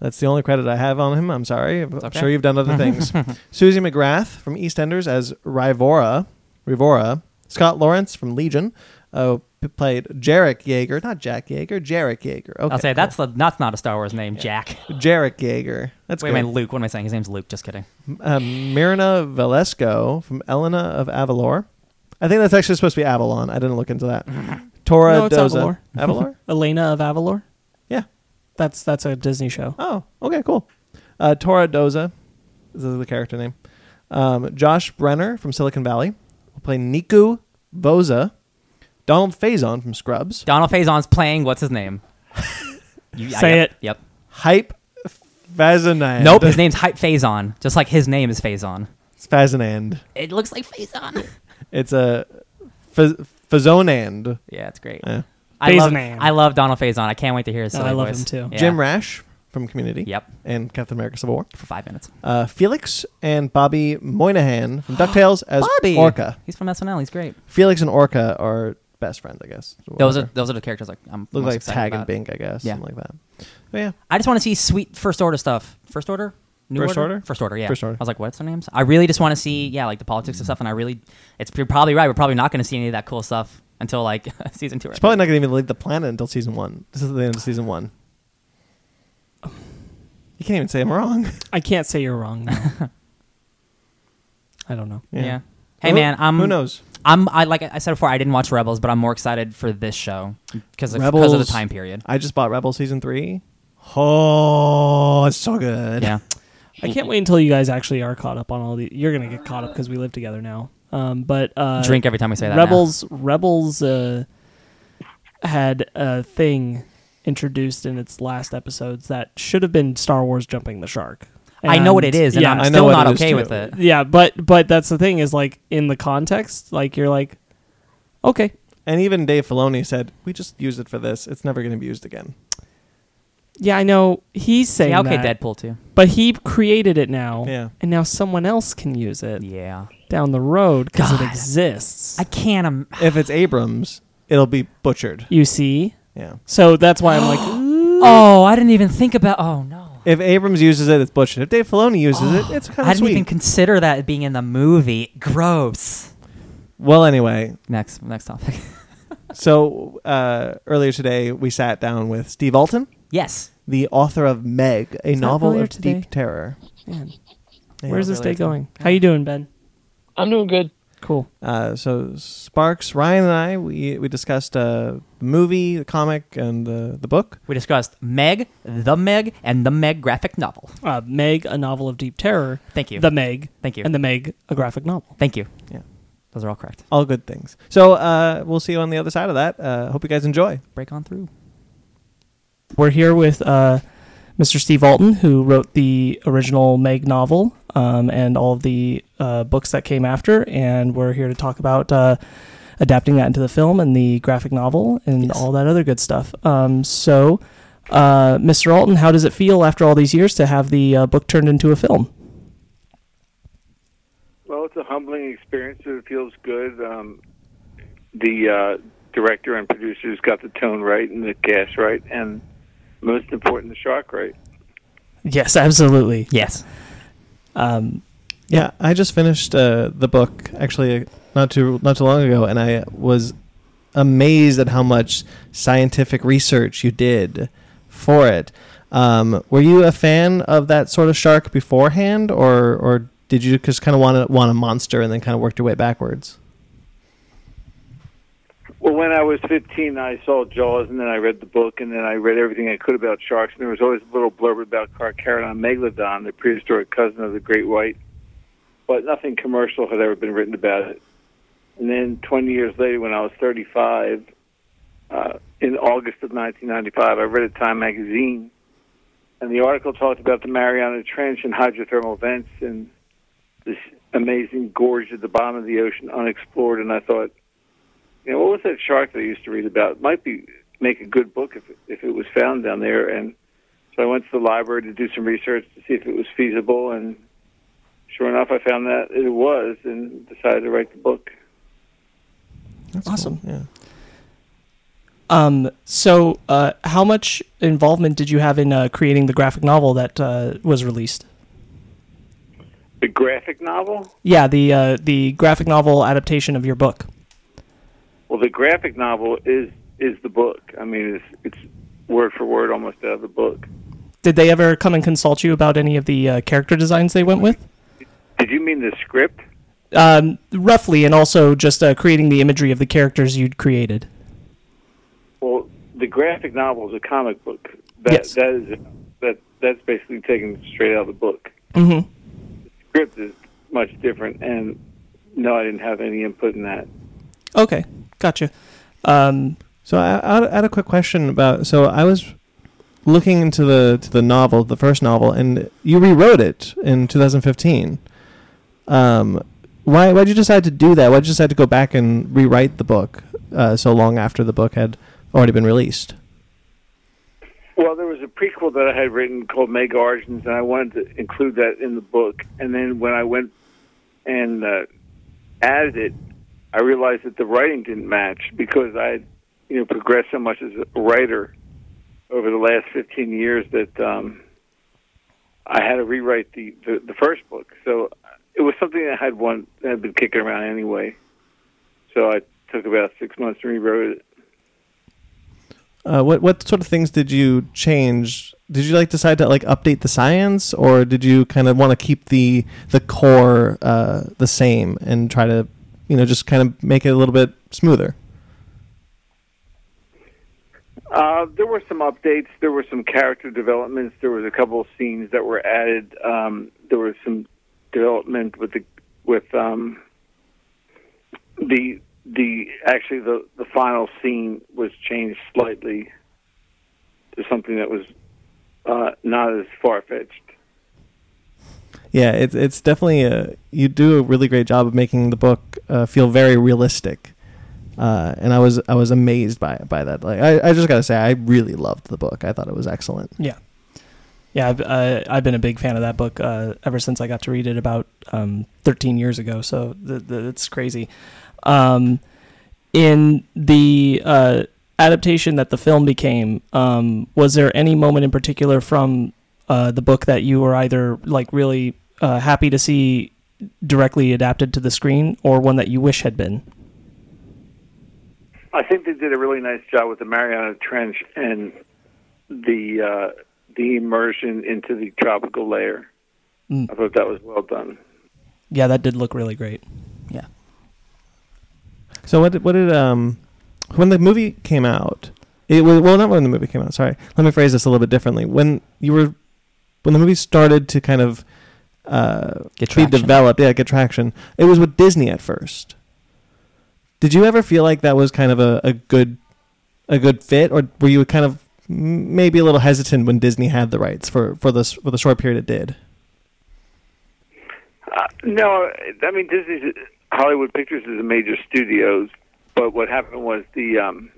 That's the only credit I have on him. I'm sorry. I'm
okay.
sure you've done other things. Susie McGrath from EastEnders as Rivora. Rivora. Scott Lawrence from Legion uh, p- played Jarek Yeager, not Jack Yeager. Jarek Yeager. Okay,
I'll say
cool.
that's the that's not a Star Wars name, Jack.
Jarek Yeager. That's
Wait a
good.
minute, Luke. What am I saying? His name's Luke. Just kidding.
Um, Mirna Valesco from Elena of Avalor. I think that's actually supposed to be Avalon. I didn't look into that. Tora
No, it's
Doza.
Avalor.
Avalor.
Elena of Avalor
Yeah.
that's that's a Disney show
Oh, okay, cool. Uh, Tora Doza this is the character name. Um, Josh Brenner from Silicon Valley will play Niku Boza. Donald Faison from Scrubs.
Donald Faison's playing. What's
(laughs)
his name? You-
Say
yep,
it.
Yep.
Hype Fazinand.
Nope. His name's Hype Faison. Just like his name is Faison.
It's Fazinand.
It looks like Faison.
It's a Faz- Fazonand.
(laughs) Yeah, it's great.
Yeah.
I love,
Faison.
I love Donald Faison. I can't wait to hear his
Oh,
silly
I love
voice.
him too.
Yeah.
Jim Rash from Community.
Yep.
And Captain America: Civil War.
For five minutes.
Uh, Felix and Bobby Moynihan
(gasps)
from Ducktales as
Bobby.
Orca.
He's from SNL. He's great.
Felix and Orca are best friends, I guess.
Those are
Whatever.
those are the characters like I'm
look
most
like
excited
Tag and
about.
Bink, I guess,
Yeah.
something like that. But yeah,
I just want to see sweet first order stuff. First order? New
First Order?
First order, yeah.
First Order.
I was like, what's their names? I really just want to see, yeah, like the politics and stuff. And I really, it's you're probably right. We're probably not going to see any of that cool stuff until like (laughs) season two.
it's probably not going to even leave the planet until season one. This is the end of season one. You can't even say I'm wrong. (laughs)
I can't say you're
(laughs)
wrong. though. I don't know.
Yeah. Hey man,
Who-
I'm
who knows?
I'm I like I said before, I didn't watch Rebels, but I'm more excited for this show because of, 'cause of the
Rebels- (laughs)
time period.
I just bought Rebel season three. Oh, it's so good.
Yeah,
I can't wait until you guys actually are caught up on all the. You're gonna get caught up because we live together now. Um, but uh,
drink every time we say that. now.
Rebels Rebels uh, had a thing introduced in its last episodes that should have been Star Wars jumping the shark.
I know what it is, and
yeah,
I'm
I know
still
what
not
it is,
okay
too.
with it.
yeah, but but that's the thing is like in the context, like you're like, okay,
And even Dave Filoni said, "We just use it for this. It's never going to be used again."
yeah, I know he's saying
Yeah, okay,
that,
Deadpool too.
but he created it now,
Yeah.
and now someone else can use it
Yeah,
down the road because it
God.
exists.
I can't. Im-
If it's Abrams, it'll be butchered.
you see,
Yeah.
so that's why I'm
(gasps)
like,
oh, I didn't even think about. Oh no,
If Abrams uses it, it's butchered. If Dave Filoni uses it, it's
Oh, I
kind of
didn't
sweet.
even consider that being in the movie. Gross.
well, anyway,
Next, next topic. (laughs)
so uh, earlier today we sat down with Steve Alton,
yes.
the author of Meg, a
not
novel
earlier
of
today.
deep terror.
man,
Yeah.
where's this day going? How you doing, Ben?
I'm doing good.
Cool.
Uh, so Sparks, Ryan, and I we we discussed uh, the movie, the comic, and the the book.
We discussed Meg, the Meg, and the Meg graphic novel.
Uh, Meg, a novel of deep terror.
Thank you.
The Meg.
Thank you.
And the Meg, a graphic novel.
Thank you.
Yeah.
Those are all correct.
All good things. So uh, we'll see you on the other side of that. Uh, hope you guys enjoy.
Break on through.
We're here with uh, Mr. Steve Alton, who wrote the original Meg novel um, and all of the uh, books that came after, and we're here to talk about uh, adapting that into the film and the graphic novel and
Yes.
all that other good stuff. Um, so, uh, Mr. Alton, how does it feel after all these years to have the uh, book turned into a film?
Well, it's a humbling experience. It feels good. Um, the uh, director and producers got the tone right and the cast right, and most important, the shark right.
Yes, absolutely.
Yes.
Yeah, I just finished uh, the book actually uh, not too not too long ago, and I was amazed at how much scientific research you did for it. Um, were you a fan of that sort of shark beforehand, or or did you just kind of want to want a monster and then kind of worked your way backwards?
Well, when I was 15, I saw Jaws, and then I read the book, and then I read everything I could about sharks. And there was always a little blurb about Carcharodon megalodon, the prehistoric cousin of the great white, but nothing commercial had ever been written about it. And then 20 years later, when I was 35, uh, in August of 1995, I read a Time magazine, and the article talked about the Mariana Trench and hydrothermal vents and this amazing gorge at the bottom of the ocean, unexplored. And I thought, you know, what was that shark that I used to read about? It might be make a good book if if it was found down there. And so I went to the library to do some research to see if it was feasible. And sure enough, I found that it was, and decided to write the book.
That's
Awesome.
Yeah.
Um, so, uh, how much involvement did you have in uh, creating the graphic novel that uh, was released?
The graphic novel.
Yeah, the uh, the graphic novel adaptation of your book.
Well, the graphic novel is is the book. I mean, it's it's word for word almost out of the book.
Did they ever come and consult you about any of the uh, character designs they went with?
Did you mean the script?
Um, roughly, and also just uh, creating the imagery of the characters you'd created.
Well, the graphic novel is a comic book. That
Yes.
that is that that's basically taken straight out of the book.
Mm-hmm.
script is much different, and no, I didn't have any input in that.
Okay, gotcha. Um,
So I, I, had- I had a quick question about. So I was looking into the to the novel, the first novel, and you rewrote it in 2015. Um, Why why'd you decide to do that? Why'd you decide to go back and rewrite the book uh, so long after the book had already been released?
Well, there was a prequel that I had written called Meg Origins, and I wanted to include that in the book. And then when I went and uh, added it, I realized that the writing didn't match because I had, you know, progressed so much as a writer over the last 15 years that um, I had to rewrite the, the, the first book. So it was something that I had one that had been kicking around anyway. So I took about six months and rewrote it.
Uh, what what sort of things did you change? Did you like decide to like update the science, or did you kind of want to keep the the core uh, the same and try to you know just kind of make it a little bit smoother?
Uh, there were some updates. There were some character developments. There was a couple of scenes that were added. Um, there was some development with the with um, the the actually the the final scene was changed slightly to something that was uh, not as far fetched.
Yeah, it's it's definitely a you do a really great job of making the book uh, feel very realistic, uh, and I was I was amazed by by that. Like I, I just gotta say I really loved the book. I thought it was excellent.
Yeah, yeah. I've uh, I've been a big fan of that book uh, ever since I got to read it about um, 13 years ago. So the, the, it's crazy. Um, in the uh, adaptation that the film became, um, was there any moment in particular from uh, the book that you were either like really uh, happy to see directly adapted to the screen, or one that you wish had been?
I think they did a really nice job with the Mariana Trench and the uh, the immersion into the tropical layer.
Mm.
I thought that was well done.
Yeah, that did look really great.
So what did, what did um when the movie came out? It was well not when the movie came out. Sorry, let me phrase this a little bit differently. When you were when the movie started to kind of uh,
Get
be
traction.
developed, yeah, get traction. It was with Disney at first. Did you ever feel like that was kind of a, a good a good fit, or were you kind of m- maybe a little hesitant when Disney had the rights for for this for the short period it did?
Uh, no, I mean Disney's Hollywood Pictures is a major studios, but what happened was the um,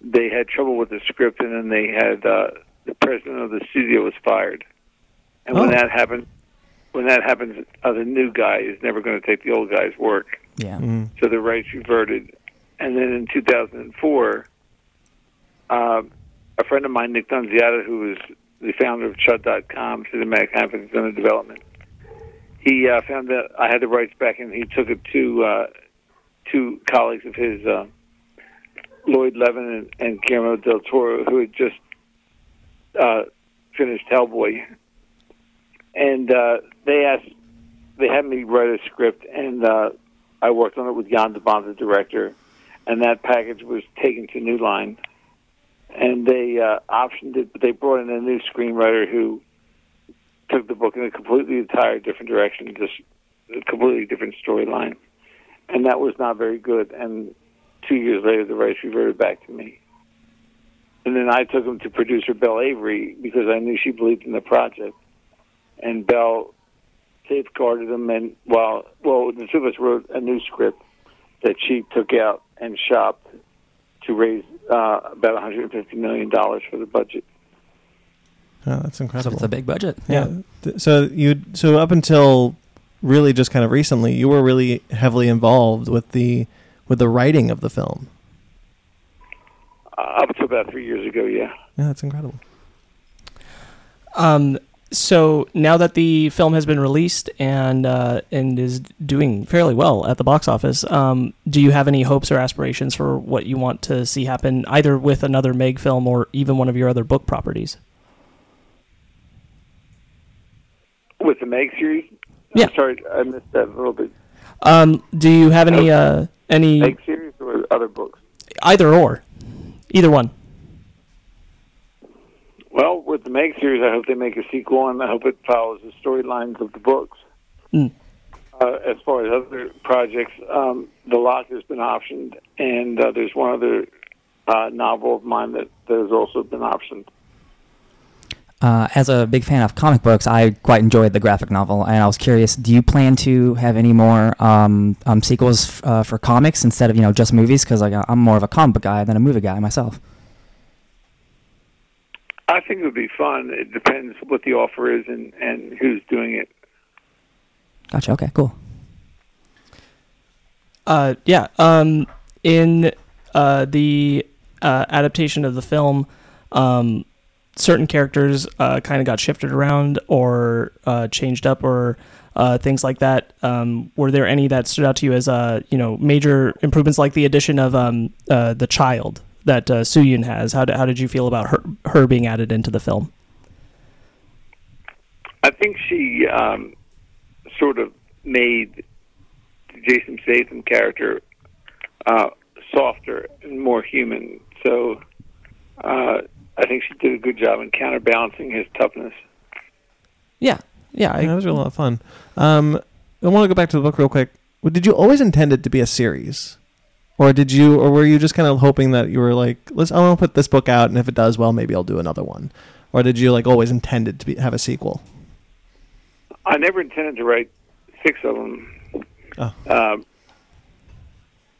they had trouble with the script, and then they had uh, the president of the studio was fired, and when
Oh.
that happened, when that happens, uh, the new guy is never going to take the old guy's work.
Yeah.
so the rights reverted. And then in 2004, uh, a friend of mine, Nick Dunziata, who was the founder of Chud.com, Cinematic Conference Center Development, he uh, found that I had the rights back, and he took it to uh, two colleagues of his, uh, Lloyd Levin and, and Guillermo del Toro, who had just uh, finished Hellboy. And uh, they asked, they had me write a script, and uh, I worked on it with Jan DeBond, the director, and that package was taken to New Line, and they uh, optioned it. But they brought in a new screenwriter who took the book in a completely entire different direction, just a completely different storyline, and that was not very good. And two years later, the rights reverted back to me, and then I took them to producer Belle Avery because I knew she believed in the project, and Belle safeguarded them and well well the two of us wrote a new script that she took out and shopped to raise uh, about 150 million dollars for the budget
Oh, that's
So
incredible.
it's a big budget.
yeah. Th- So you so up until really just kind of recently, you were really heavily involved with the with the writing of the film.
uh, up to about three years ago yeah
Yeah, that's incredible.
Um, so now that the film has been released and uh, and is doing fairly well at the box office, um, do you have any hopes or aspirations for what you want to see happen, either with another Meg film or even one of your other book properties?
with the Meg series
Yeah.
I'm sorry I missed that a little bit
Um, do you have any uh, any
Meg series or other books
either or, either one?
well with the Meg series I hope they make a sequel and I hope it follows the storylines of the books
Mm.
uh, as far as other projects, um, The Lock has been optioned, and uh, there's one other uh, novel of mine that, that has also been optioned.
Uh, as a big fan of comic books, I quite enjoyed the graphic novel, and I was curious: Do you plan to have any more um, um, sequels f- uh, for comics instead of you know just movies? Because like, I'm more of a comic book guy than a movie guy myself.
I think it would be fun. It depends what the offer is and, and who's doing it.
Gotcha. Okay. Cool.
Uh, yeah. Um, in uh, the uh, adaptation of the film, um, certain characters uh, kind of got shifted around or uh, changed up or uh, things like that. Um, were there any that stood out to you as uh, you know major improvements, like the addition of um, uh, the child that uh, Suyun has? How, d- how did you feel about her her being added into the film?
I think she um, sort of made the Jason Statham character uh, softer and more human. So uh, I think she did a good job in counterbalancing his toughness.
Yeah, yeah.
Yeah, that was a lot of fun. Um, I want to go back to the book real quick. Well, Did you always intend it to be a series, or did you, or were you just kind of hoping that you were like, let's, I want to put this book out, and if it does well, maybe I'll do another one, or did you like always intend it to be, have a sequel?
I never intended to write six of them.
Oh.
Um,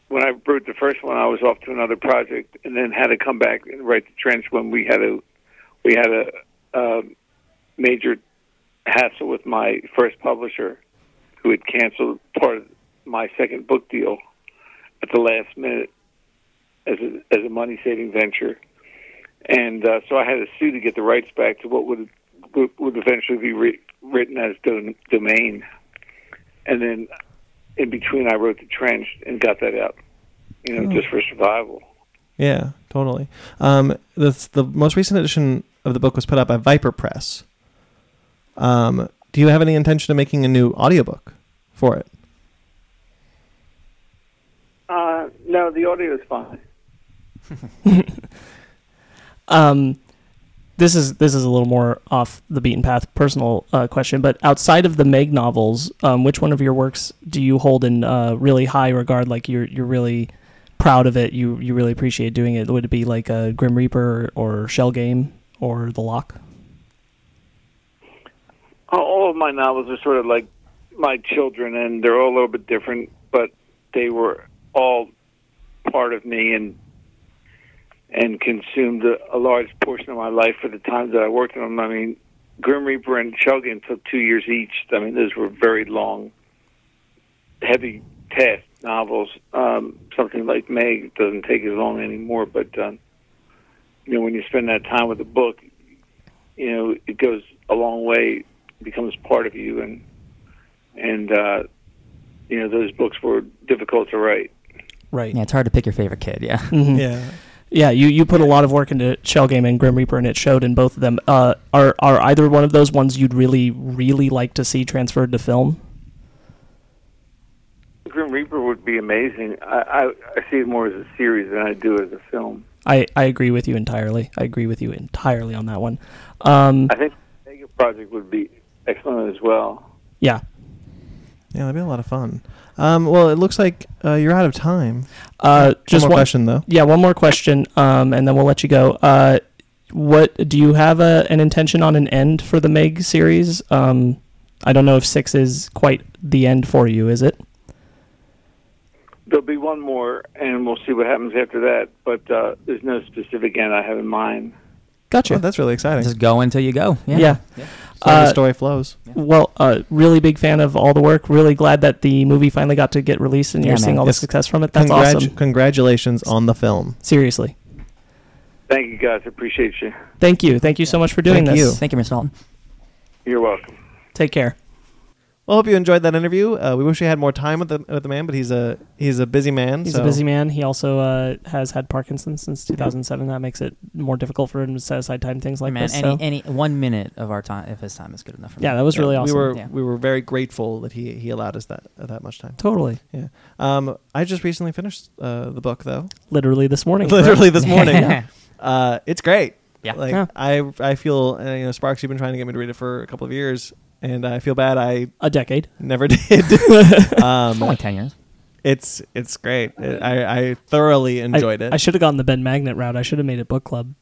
when I wrote the first one, I was off to another project, and then had to come back and write the trench when we had a we had a, um major hassle with my first publisher, who had canceled part of my second book deal at the last minute as a, as a money saving venture, and uh, so I had to sue to get the rights back to what would would would eventually be re- written as dom- domain. And then in between, I wrote The Trench and got that out, you know, just for survival.
Yeah, totally. Um, the the most recent edition of the book was put out by Viper Press. Um, do you have any intention of making a new audiobook for it?
Uh, no, the audio is fine.
um, this is this is a little more off the beaten path personal uh, question, but outside of the Meg novels, um, which one of your works do you hold in uh, really high regard? Like you're you're really proud of it. You you really appreciate doing it. Would it be like a Grim Reaper or Shell Game or The Lock?
All of my novels are sort of like my children, and they're all a little bit different, but they were all part of me and and consumed a, a large portion of my life for the times that I worked on them. I mean, Grim Reaper and Chuggin took two years each. I mean, those were very long, heavy task novels. Um, something like Meg doesn't take as long anymore, but um, you know, when you spend that time with a book, you know, it goes a long way becomes part of you and and uh you know those books were difficult to write
Right.
Yeah, it's hard to pick your favorite kid. Yeah.
Mhm.
Yeah.
Yeah, you, you put a lot of work into Shell Game and Grim Reaper, and it showed in both of them. Uh, are are either one of those ones you'd really really like to see transferred to film?
grim reaper would be amazing i i, I see it more as a series than i do as a film
I, I agree with you entirely. I agree with you entirely on that one. Um,
i think the mega project would be excellent as well
yeah.
Yeah, that'd be a lot of fun. Um, well, it looks like uh, you're out of time.
Uh, just
one
one,
more question though.
Yeah, one more question, um, and then we'll let you go. Uh, what do you have a, an intention on an end for the Meg series? Um, I don't know if six is quite the end for you, is it?
there'll be one more and we'll see what happens after that but uh there's no specific end i have in mind
Oh,
Gotcha.
that's really exciting.
Just go until you go. Yeah.
yeah.
So the
uh,
story flows.
Well, uh, really big fan of all the work. Really glad that the movie finally got to get released, and
Yeah,
you're
man.
seeing all the
It's-
success from it. That's
Congratu-
awesome.
Congratulations on the film.
Seriously,
thank you guys appreciate you
thank you, thank you so much for doing
Thank
this.
you.
Thank you, Mr. Dalton.
you're welcome
Take care.
Well, hope you enjoyed that interview. Uh, we wish we had more time with the with the man, but he's a he's a busy man.
He's
so.
a busy man. He also uh, has had Parkinson's since 2007. That makes it more difficult for him to set aside time things like
Man,
this.
any,
so-
any one minute of our time, if his time is good enough for me.
yeah, that was really awesome.
We were
yeah.
we were very grateful that he he allowed us that uh, that much time.
totally,
Yeah. Um, I just recently finished uh, the book though.
literally this morning.
Literally this morning. uh, it's great.
Yeah.
Like
Yeah.
I I feel uh, you know Sparks, you've been trying to get me to read it for a couple of years, and I feel bad I
(laughs) a
(laughs)
decade.
never did. Um,
Only ten
(laughs)
years.
it's it's great. It, I I thoroughly enjoyed
I,
it.
I should have gone the Ben Magnet route. I should have made it book club.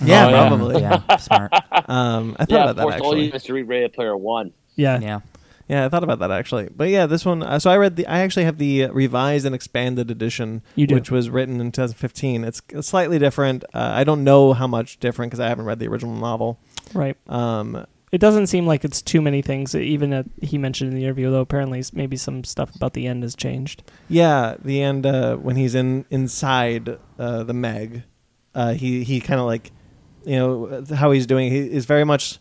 Yeah,
Oh,
probably.
Yeah,
(laughs)
smart.
Um, I thought
Yeah,
about
of
that
course, all
actually.
you used to read Ray of Player One.
Yeah.
Yeah.
Yeah, I thought about that actually. But yeah, this one. Uh, so I read the. I actually have the uh, revised and expanded edition,
You do.
which was written in 2015. It's it's slightly different. Uh, I don't know how much different because I haven't read the original novel.
Right.
Um,
It doesn't seem like it's too many things. Even at, he mentioned in the interview, though, apparently s- maybe some stuff about the end has changed.
yeah, the end uh, when he's in inside uh, the Meg, uh, he he kind of like, you know, how he's doing. He is very much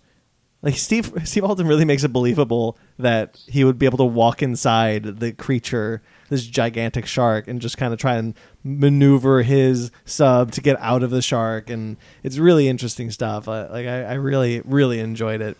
like Steve. (laughs) Steve Alden really makes it believable that he would be able to walk inside the creature, this gigantic shark, and just kind of try and maneuver his sub to get out of the shark. And it's really interesting stuff. Uh, like I, I really really enjoyed it.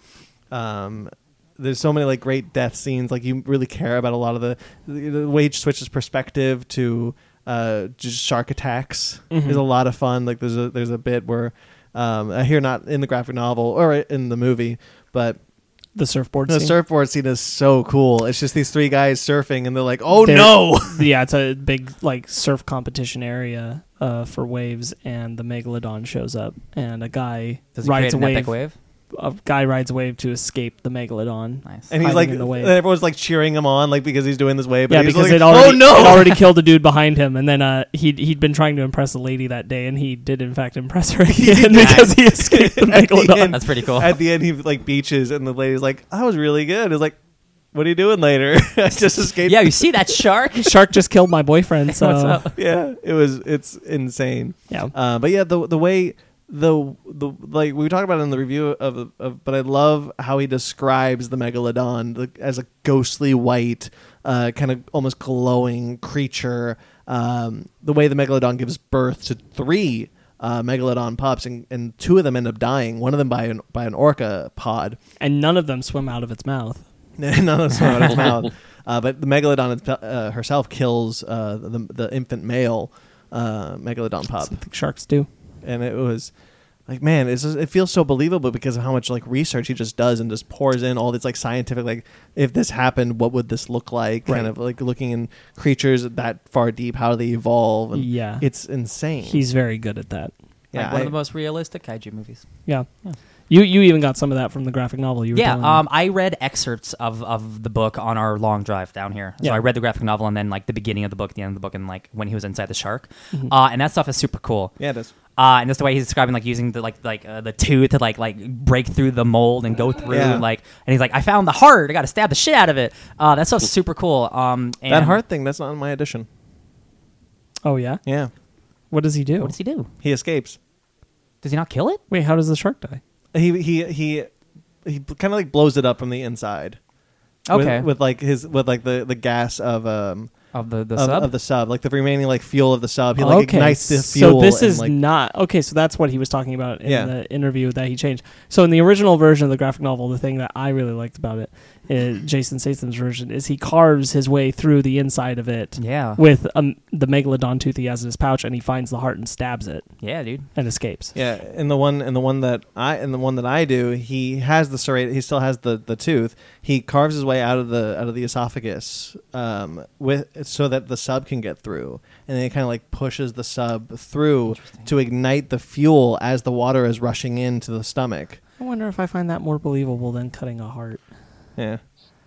Um, there's so many like great death scenes. Like you really care about a lot of the the, the way it switches perspective to uh, just shark attacks
Mm-hmm.
is a lot of fun. Like there's a there's a bit where um, I hear not in the graphic novel or in the movie, but
The surfboard
the
scene.
surfboard scene is so cool. It's just these three guys surfing and they're like, oh
They're-
no.
(laughs) yeah, it's a big like surf competition area uh, for waves, and the megalodon shows up, and a guy
Does he create
rides a
an epic
wave.
wave?
A guy rides a wave to escape the megalodon.
Nice.
And he's
Hiding
like,
in the wave.
and everyone's like cheering him on, like because he's doing this wave. But
yeah,
he's
because
like, (laughs)
it already
oh no,
it already killed a dude behind him, and then uh, he he'd been trying to impress a lady that day, and he did in fact impress her (laughs) again because he
(laughs)
escaped the
At the
megalodon.
end.
(laughs) That's pretty cool.
At the end, he like beaches, and the lady's like, "I was really good." It's like, "What are you doing later?" (laughs) I just escaped.
yeah, you see that
(laughs)
shark?
Shark just killed my boyfriend,
(laughs)
so
What's
(laughs)
up?
yeah. It was. It's insane.
yeah,
Uh, but yeah, the the way the the like we talked about it in the review of, of but I love how he describes the megalodon the, as a ghostly white, uh, kind of almost glowing creature. Um, the way the megalodon gives birth to three uh, megalodon pups, and, and two of them end up dying. One of them by an by an orca pod.
and none of them swim out of its mouth.
(laughs) None of them out of his
(laughs)
mouth. Uh, but the megalodon itself- uh, herself kills uh, the the infant male uh, megalodon pup
Something sharks do.
and it was like man it's just, it feels so believable because of how much like research he just does and just pours in all this like scientific like if this happened what would this look like kind
Right.
of like looking in creatures that far deep how do they evolve and
Yeah.
it's insane
He's very good at that.
yeah,
like one
I-
of the most realistic kaiju movies.
Yeah. You you even got some of that from the graphic novel you were
Yeah,
telling me.
um, I read excerpts of, of the book on our long drive down here. So
Yeah.
I read the graphic novel and then like the beginning of the book, the end of the book, and like when he was inside the shark.
Mm-hmm.
Uh, and that stuff is super cool.
yeah it is
Uh, and just the way he's describing like using the like like uh, the tooth to like like break through the mold and go through
Yeah.
like and he's like I found the heart I got to stab the shit out of it. Uh, that stuff's super cool. Um, and
that heart thing that's not in my edition
Oh yeah.
yeah
What does he do?
What does he do?
he escapes
Does he not kill it?
Wait, how does the shark die?
he he he he kind of like blows it up from the inside With-
Okay.
with, like his with like the the gas of um
Of the the
of,
sub.
of the sub like the remaining like fuel of the sub he like ignites the fuel
So this
and,
is
like,
not okay. So that's what he was talking about in
Yeah.
the interview that he changed. So in the original version of the graphic novel, the thing that I really liked about it, uh, Jason Statham's version, is he carves his way through the inside of it.
Yeah.
With um, the megalodon tooth he has in his pouch, and he finds the heart and stabs it
yeah, dude.
and escapes.
Yeah, and the one and the one that I and the one that I do, he has the serrate. He still has the the tooth. He carves his way out of the out of the esophagus um, with so that the sub can get through, and then he kind of like pushes the sub through to ignite the fuel as the water is rushing into the stomach.
I wonder if I find that more believable than cutting a heart.
Yeah,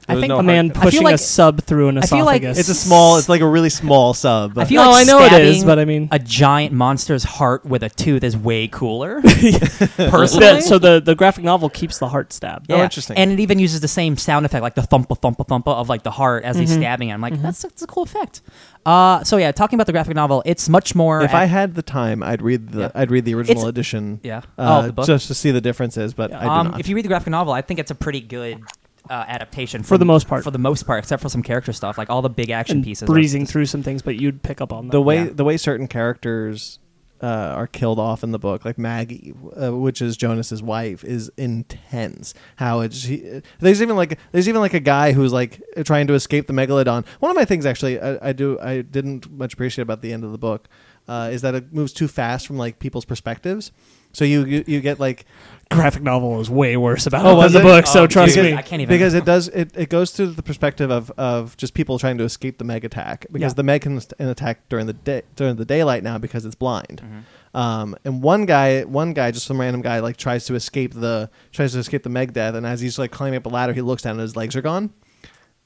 I
There's
think
no (laughs)
A man
I feel
pushing
like-
a sub through an
I feel like
esophagus.
it's a small. It's like a really small sub.
I feel
No,
like
I know it is,
stabbing
but I mean-
a giant monster's heart with a tooth is
(laughs)
way cooler.
The-
Personally,
so the, the graphic novel keeps the heart stabbed.
Oh, interesting.
And it even uses the same sound effect, like the thumpa thumpa thumpa of like the heart as he's
Mm-hmm.
stabbing it. I'm like, that's, that's a cool effect. Uh, so yeah, talking about the graphic novel, it's much more.
if I had the time, I'd read the
Yeah.
I'd read the original
It's-
edition.
Yeah.
uh,
Oh, the book?
just to see the differences. But I do
um,
not.
if you read the graphic novel, I think it's a pretty good uh, adaptation
For the
from-
most part.
For the most part, except for some character stuff, like all the big action
and
pieces. are-
breezing through some things, but you'd pick up on them.
the way
Yeah.
the way certain characters uh, are killed off in the book, like Maggie, uh, which is Jonas's wife, is intense. How it's she, there's even like there's even like a guy who's like trying to escape the megalodon. One of my things actually I, I do I didn't much appreciate about the end of the book uh, is that it moves too fast from like people's perspectives. So you you, you get like
graphic novel is way worse about
Oh,
it than
was
the
it?
book. so
Oh,
trust
dude,
me.
I can't even.
because it does it, it goes through the perspective of, of just people trying to escape the meg attack because
Yeah.
the meg can st- an attack during the day during the daylight now because it's blind
Mm-hmm.
um, and one guy one guy just some random guy like tries to escape the tries to escape the meg death and as he's like climbing up a ladder he looks down and his legs are gone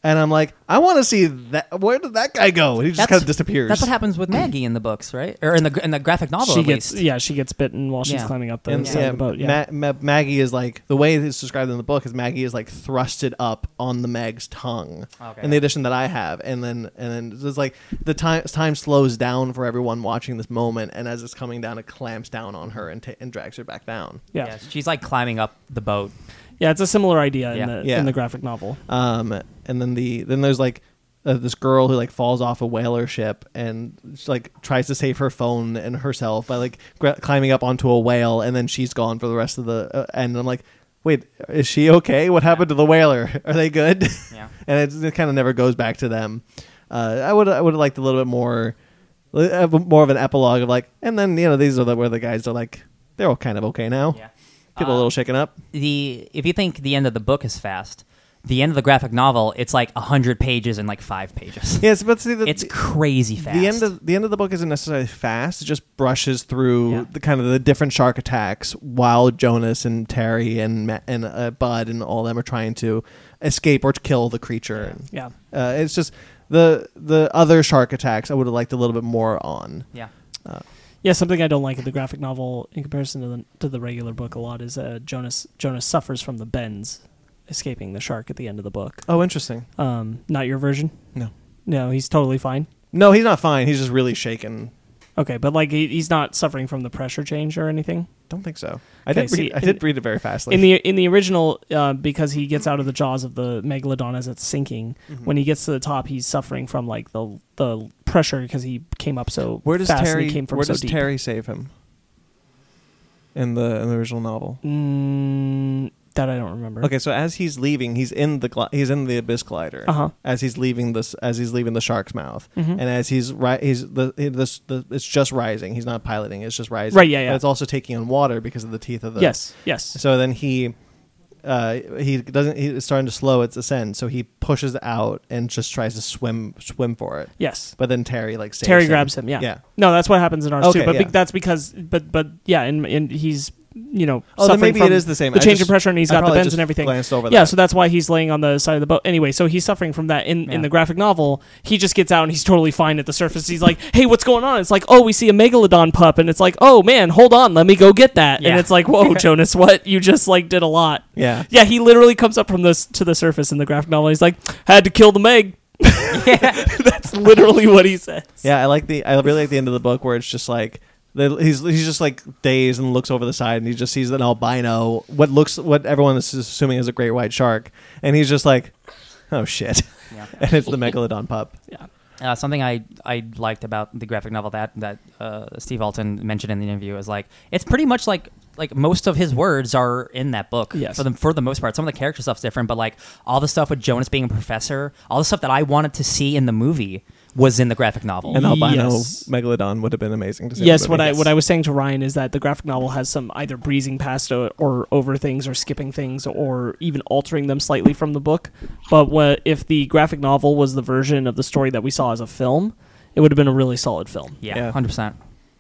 and I'm like I want to see that where did that guy go he just
That's-
kind of disappears
That's what happens with Maggie in the books, right? Or in the in the graphic novel.
she
at
gets
least.
yeah, she gets bitten while she's
Yeah.
climbing up the
and
side
yeah,
of the boat. Yeah.
Ma- Ma- Maggie is like the way it's described in the book is Maggie is like thrusted up on the Meg's tongue
Okay.
in the edition that I have, and then and then it's just like the time time slows down for everyone watching this moment, and as it's coming down, it clamps down on her and, ta and drags her back down.
yeah.
Yeah, she's like climbing up the boat.
Yeah, it's a similar idea
Yeah.
in the
Yeah.
in the graphic novel.
Um, and then the then there's like uh, this girl who like falls off a whaler ship and she, like tries to save her phone and herself by like gra- climbing up onto a whale, and then she's gone for the rest of the. Uh, and I'm like, wait, is she okay? What happened to the whaler? (laughs) Are they good?
Yeah.
(laughs) and it, it kind of never goes back to them. Uh, I would I would have liked a little bit more, li- uh, more of an epilogue of like, and then you know these are the, where the guys are like they're all kind of okay now.
Yeah. Uh,
People are a little shaken up.
The if you think the end of the book is fast, the end of the graphic novel it's like hundred pages in like five
(laughs)
pages.
Yes, but see, the,
It's crazy fast.
The end of the end of the book isn't necessarily fast. It just brushes through
Yeah.
the kind of the different shark attacks while Jonas and Terry and Ma- and uh, Bud and all them are trying to escape or to kill the creature.
Yeah.
Uh, it's just the the other shark attacks I would have liked a little bit more on.
yeah.
Yeah, something I don't like in the graphic novel in comparison to the to the regular book a lot is uh, Jonas Jonas suffers from the bends escaping the shark at the end of the book.
Oh, interesting.
Um, not your version.
No.
No, he's totally fine.
No, he's not fine. He's just really shaken.
Okay, but like he, he's not suffering from the pressure change or anything.
Don't think so. I
Okay,
did
see,
read, I
in-
did read it very fastly.
in the in the original, uh, because he gets out of the jaws of the megalodon as it's sinking.
Mm-hmm.
When he gets to the top, he's suffering from like the the pressure because he came up so
where does
fast and
Terry
he came from
where
so
does
deep.
Terry save him? In the in the original novel.
Mm, that I don't remember.
Okay, so as he's leaving, he's in the gli- he's in the abyss glider.
Uh-huh. Mm-hmm.
As he's leaving this, as he's leaving the shark's mouth, and as he's right, he's the, he- this the it's just rising. He's not piloting; it's just rising.
Right, yeah, yeah.
But it's also taking on water because of the teeth of the
Yes. Yes.
So then he. Uh, he doesn't. He's starting to slow its ascend, so he pushes out and just tries to swim, swim for it.
yes.
But then Terry like saves
Terry
him.
grabs him. Yeah.
Yeah.
No, that's what happens in ours
Okay,
too. But be-
yeah.
that's because, but but yeah, and and he's you know
Oh, then
suffering
maybe
from
it is the same.
The
I
change in
just-
pressure, and he's
I
got the
probably
bends
just
and everything.
glanced over
yeah.
that.
So that's why he's laying on the side of the boat. Anyway, so he's suffering from that. In in
Yeah.
the graphic novel, he just gets out and he's totally fine at the surface. He's like, hey, what's going on? It's like, oh, we see a megalodon pup, and it's like, oh man, hold on, let me go get that.
Yeah.
And it's
(laughs)
like, whoa, Jonas, what you just like did a lot.
Yeah.
Yeah. He literally comes up from this to the surface in the graphic novel. He's like, had to kill the meg. (laughs) that's literally what he says.
Yeah, I like the I really like the end of the book where it's just like the- he's he's just like dazed and looks over the side and he just sees an albino what looks what everyone is assuming is a great white shark and he's just like oh shit
Yeah.
(laughs) and it's the megalodon pup.
Yeah.
Uh, something I, I liked about the graphic novel that that uh, Steve Alton mentioned in the interview is like it's pretty much like like most of his words are in that book
Yes.
for the for the most part. Some of the character stuff's different, but like all the stuff with Jonas being a professor, all the stuff that I wanted to see in the movie was in the graphic novel.
An albino
Yes.
megalodon would have been amazing to see. in
yes
the
what
movie.
i what i was saying to ryan is that the graphic novel has some either breezing past o- or over things or skipping things or even altering them slightly from the book but what if the graphic novel was the version of the story that we saw as a film it would have been a really solid film
Yeah.
yeah, hundred percent.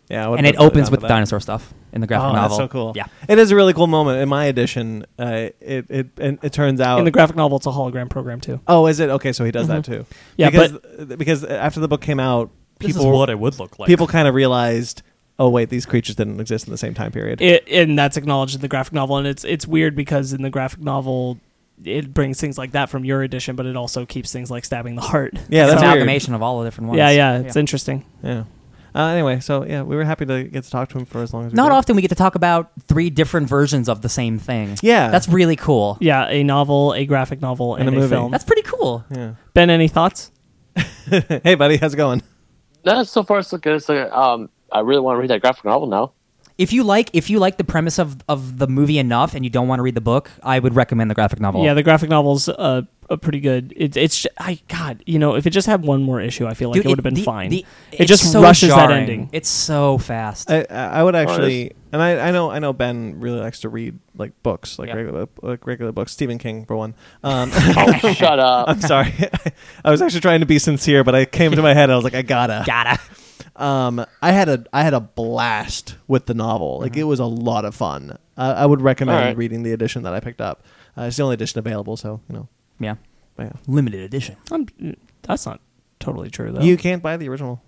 yeah, I would
And
have
it
been really
opens
down
with
for that.
dinosaur stuff in the graphic
Oh,
novel.
that's so cool.
Yeah,
it is a really cool moment. In my edition, uh, it it and it turns out
in the graphic novel it's a hologram program too
oh, is it okay? So he does that too.
Yeah,
because uh, because after the book came out,
This
people
is what it would look like.
people kind of realized, oh wait, these creatures didn't exist in the same time period.
it, and that's acknowledged in the graphic novel and it's it's weird because in the graphic novel it brings things like that from your edition but it also keeps things like stabbing the heart
yeah,
it's
that's
an
weird.
amalgamation of all the different ones.
yeah yeah it's interesting
Yeah. Uh, anyway, so yeah, we were happy to get to talk to him for as long as we
Not
did.
often we get to talk about three different versions of the same thing.
Yeah.
that's really cool.
yeah a novel a graphic novel and,
And a movie.
film
That's pretty cool.
Ben, any thoughts?
Yeah. (laughs) hey, buddy, how's it going?
No, so far it's looking. It's like, um, I really want to read that graphic novel
(laughs)
now.
if you like if you like the premise of of the movie enough and you don't want to read the book, I would recommend the graphic novel.
Yeah, the graphic novel's uh, a pretty good. It, it's ju- I God, you know, if it just had one more issue, I feel like
Dude,
it would have been
the-
fine.
the-
it
it's
just
so
rushes that
jarring.
ending. Uh,
It's so fast.
I, I I would actually, and I, I know I know Ben really likes to read like books, like
Yeah.
regular like regular books. Stephen King for one. Um, (laughs)
Oh, shut up.
I'm sorry, (laughs) I was actually trying to be sincere, but I came to my head. I was like, I gotta.
Gotta.
Um, I had a I had a blast with the novel. Like it was a lot of fun. Uh, I would recommend
Alright.
reading the edition that I picked up. Uh, it's the only edition available, so you know.
Yeah.
but yeah.
Limited edition.
I'm, that's not totally true though.
You can't buy the original,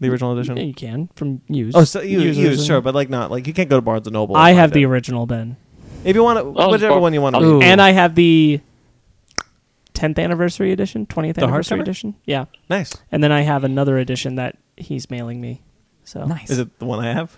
the original edition.
Yeah, you can from used.
Oh, so you,
users
you
and-
sure, but like not like you can't go to Barnes and Noble. and
I
find
have the
it.
original Ben,
If you want to,
I'll just
whichever
borrow-
one you want to.
I'll
Ooh.
and I have the tenth anniversary edition, twentieth
The
anniversary
hardcover?
edition. Yeah,
Nice.
and then I have another edition that he's mailing me. So
Nice.
Is it the one I have?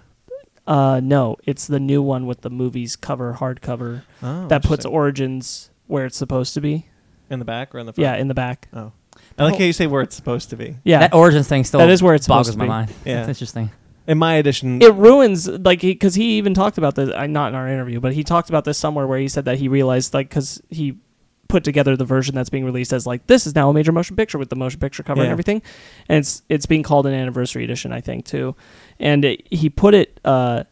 Uh, no, it's the new one with the movie's cover hardcover
Oh,
that puts
interesting.
Origins where it's supposed to be.
in the back or in the front.
Yeah, in the back.
Oh, I like how you say where it's supposed to be.
Yeah,
That origins thing still
That is where it's
boggles
supposed to
my
be.
mind.
Yeah.
It's interesting.
In my edition,
it ruins like because he, even talked about this I, not in our interview but he talked about this somewhere where he said that he realized like because he put together the version that's being released as like this is now a major motion picture with the motion picture cover and
Yeah.
everything and it's it's being called an anniversary edition i think too and it, he put it uh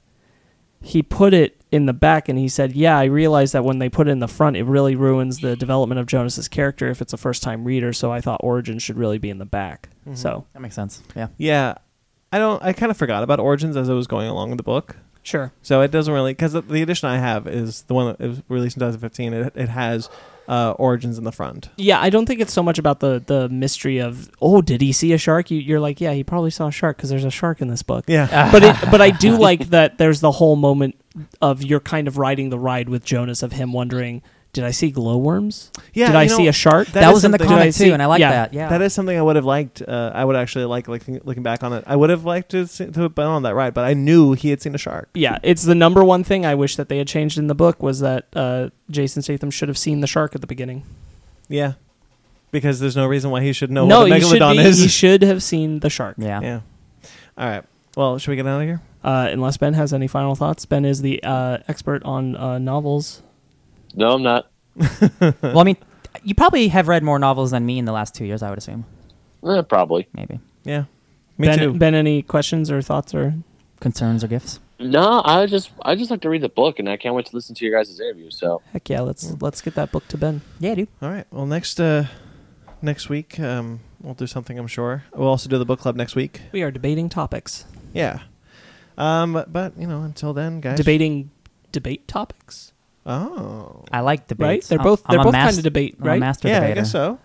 he put it in the back and he said yeah i realized that when they put it in the front it really ruins the development of jonas's character if it's a first time reader so i thought origin should really be in the back so
That makes sense. Yeah.
yeah, I don't. I kind of forgot about origins as I was going along with the book,
sure
so it doesn't really because the, the edition I have is the one that was released in 2015. It it has uh, origins in the front.
Yeah, I don't think it's so much about the the mystery of oh, did he see a shark? You, you're like, yeah, he probably saw a shark because there's a shark in this book.
Yeah,
But it, but
(laughs)
I do like that there's the whole moment of you're kind of riding the ride with Jonas of him wondering, did I see glowworms?
yeah.
did I
you know,
see a shark?
that
That,
is
was in the
something-
Did I
comic
see-
too, and I like
yeah.
that. Yeah.
That is something I would have liked. Uh, I would actually like looking, looking back on it. I would have liked to, see, to have been on that ride, but I knew he had seen a shark.
yeah, it's the number one thing I wish that they had changed in the book was that uh, Jason Statham should have seen the shark at the beginning.
Yeah, because there's no reason why he should know
no,
what a
you should
megalodon
be,
is.
you should have seen the shark.
yeah.
yeah. All right. Well, should we get out of here?
Uh, unless Ben has any final thoughts, Ben is the uh, expert on uh, novels.
No, I'm not.
Well, I mean, you probably have read more novels than me in the last two years, I would assume.
Eh, probably.
Maybe.
Yeah. Me
ben,
too.
Ben, any questions or thoughts or
Concerns or gifts?
No, I just I just like to read the book, and I can't wait to listen to your guys' interview. So
Heck yeah, let's
Mm.
let's get that book to Ben.
Yeah, dude.
All right. Well, next uh, next week um, we'll do something. I'm sure we'll also do the book club next week.
We are debating topics.
Yeah. Um, but you know, until then, guys.
Debating debate topics,
Oh.
I like
right?
debates.
They're
I'm-
both
I'm
they're
a
both
mas-
kind of debate,
I'm a
right? Eh,
master
yeah,
debater.
I guess so.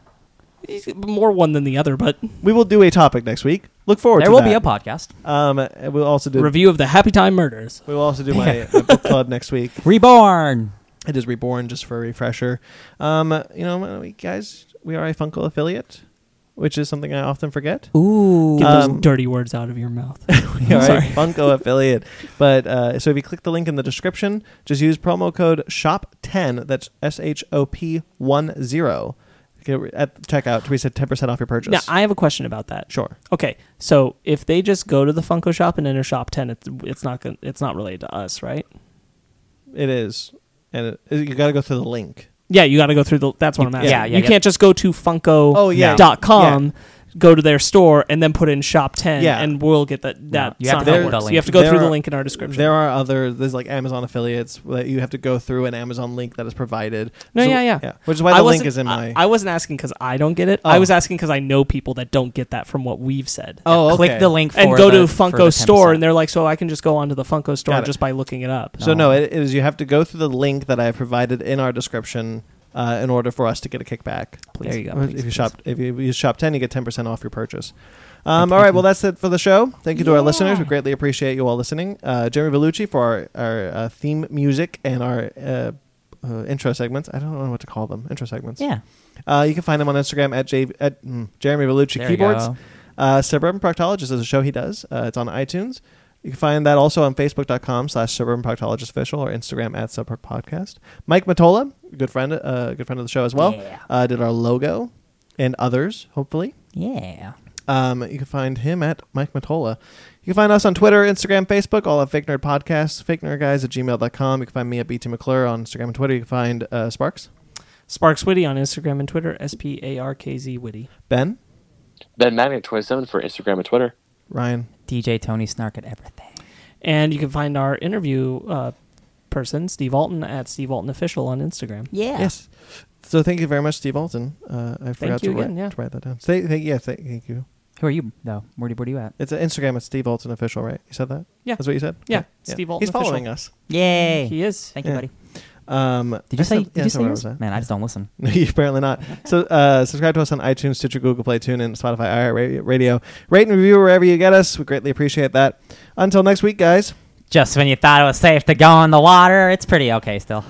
More one than the other, but
We will do a topic next week. Look forward
There
to
will
that.
be a podcast.
Um, and we'll also do
review of the Happy Time Murders.
we will also
(laughs)
do my, my book club next week.
Reborn.
It is reborn just for a refresher. Um, you know, we guys, we are a Funkle affiliate, which is something I often forget. (laughs)
Ooh.
Get
Um,
those dirty words out of your (laughs) mouth.
All right,
(laughs)
Funko affiliate. But uh, so if you click the link in the description, just use promo code SHOP10. That's S H O P 1 0 at checkout to be said 10% off your purchase.
now, I have a question about that.
sure.
Okay, so if they just go to the Funko shop and enter shop ten, it's it's not gonna, it's not related to us, right?
It is. And it, you got to go through the link.
Yeah, you got to go through the. That's what I'm asking.
yeah,
you
yeah.
can't just go to Funko.
Oh, yeah.
Dot com. Go to their store and then put in shop ten,
Yeah.
and we'll get that. That
you have
to go
how
through
it
the
works.
link.
You have to go
There
through the
are-
link in our description.
There are other, there's like Amazon affiliates that you have to go through an Amazon link that is provided.
no,
So-
yeah, yeah,
Which is why
I
the link
wasn't-
is in my.
I, I wasn't asking because I don't get it. I
Oh.
was asking because I know people that don't get that from what we've said.
oh, okay.
Click the link for
and go
the-
to
for the
Funko store,
10%.
and they're like, "So I can just go onto the Funko store
Got it.
just by looking it up."
So no, it, it is you have to go through the link that I have provided in our description uh, in order for us to get a kickback.
Please. There you go,
Or
please,
if you
please.
shop, if you use shop ten, you get ten percent off your purchase. Um, all right, well that's it for the show. Thank you to our listeners. We greatly appreciate you all listening. Uh, Jeremy Vellucci for our, our uh, theme music and our uh, uh, intro segments. I don't know what to call them. Intro segments.
Yeah.
Uh, you can find him on Instagram at, J- at mm, Jeremy Vellucci
There you
Keyboards.
go.
Uh, Suburban Proctologist is a show he does. Uh, it's on iTunes. You can find that also on Facebook.com slash Suburban Proctologist Official or Instagram at Suburb Podcast. Mike Matola, good friend, uh, good friend of the show as well,
Yeah.
uh, did our logo and others, hopefully.
Yeah.
Um, you can find him at Mike Matola. You can find us on Twitter, Instagram, Facebook, all at Fake Nerd Podcasts, Fake Nerd Guys at gmail.com. You can find me at BT McClure on Instagram and Twitter. You can find uh, Sparks.
Sparks Witty on Instagram and Twitter, S P A R K Z Witty.
Ben,
Ben Magnet twenty seven for Instagram and Twitter.
Ryan,
DJ Tony Snark at everything.
And you can find our interview uh, person, Steve Alton, at Steve Alton Official on Instagram.
Yeah.
yes. So thank you very much, Steve Alton. Uh, I forgot
you
to, write,
again, yeah.
to write that down. Thank, thank, yeah, thank, thank you.
Who are you though? Where do, where do you at?
It's an Instagram. It's Steve Alton official, right? You said that.
Yeah.
that's what you said.
Yeah, Steve Alton
He's following us.
Yay!
He is.
Thank you,
Yeah.
buddy.
Um,
Did you
I
say?
said-
Did
yeah,
you
I said
say
where I
yours?
was at.
Man, I just don't listen.
No, you (laughs) apparently not. So uh, subscribe to us on iTunes, Stitcher, Google Play, TuneIn, Spotify, iHeartRadio. Rate and review wherever you get us. We greatly appreciate that. Until next week, guys.
Just when you thought it was safe to go in the water, it's pretty okay still.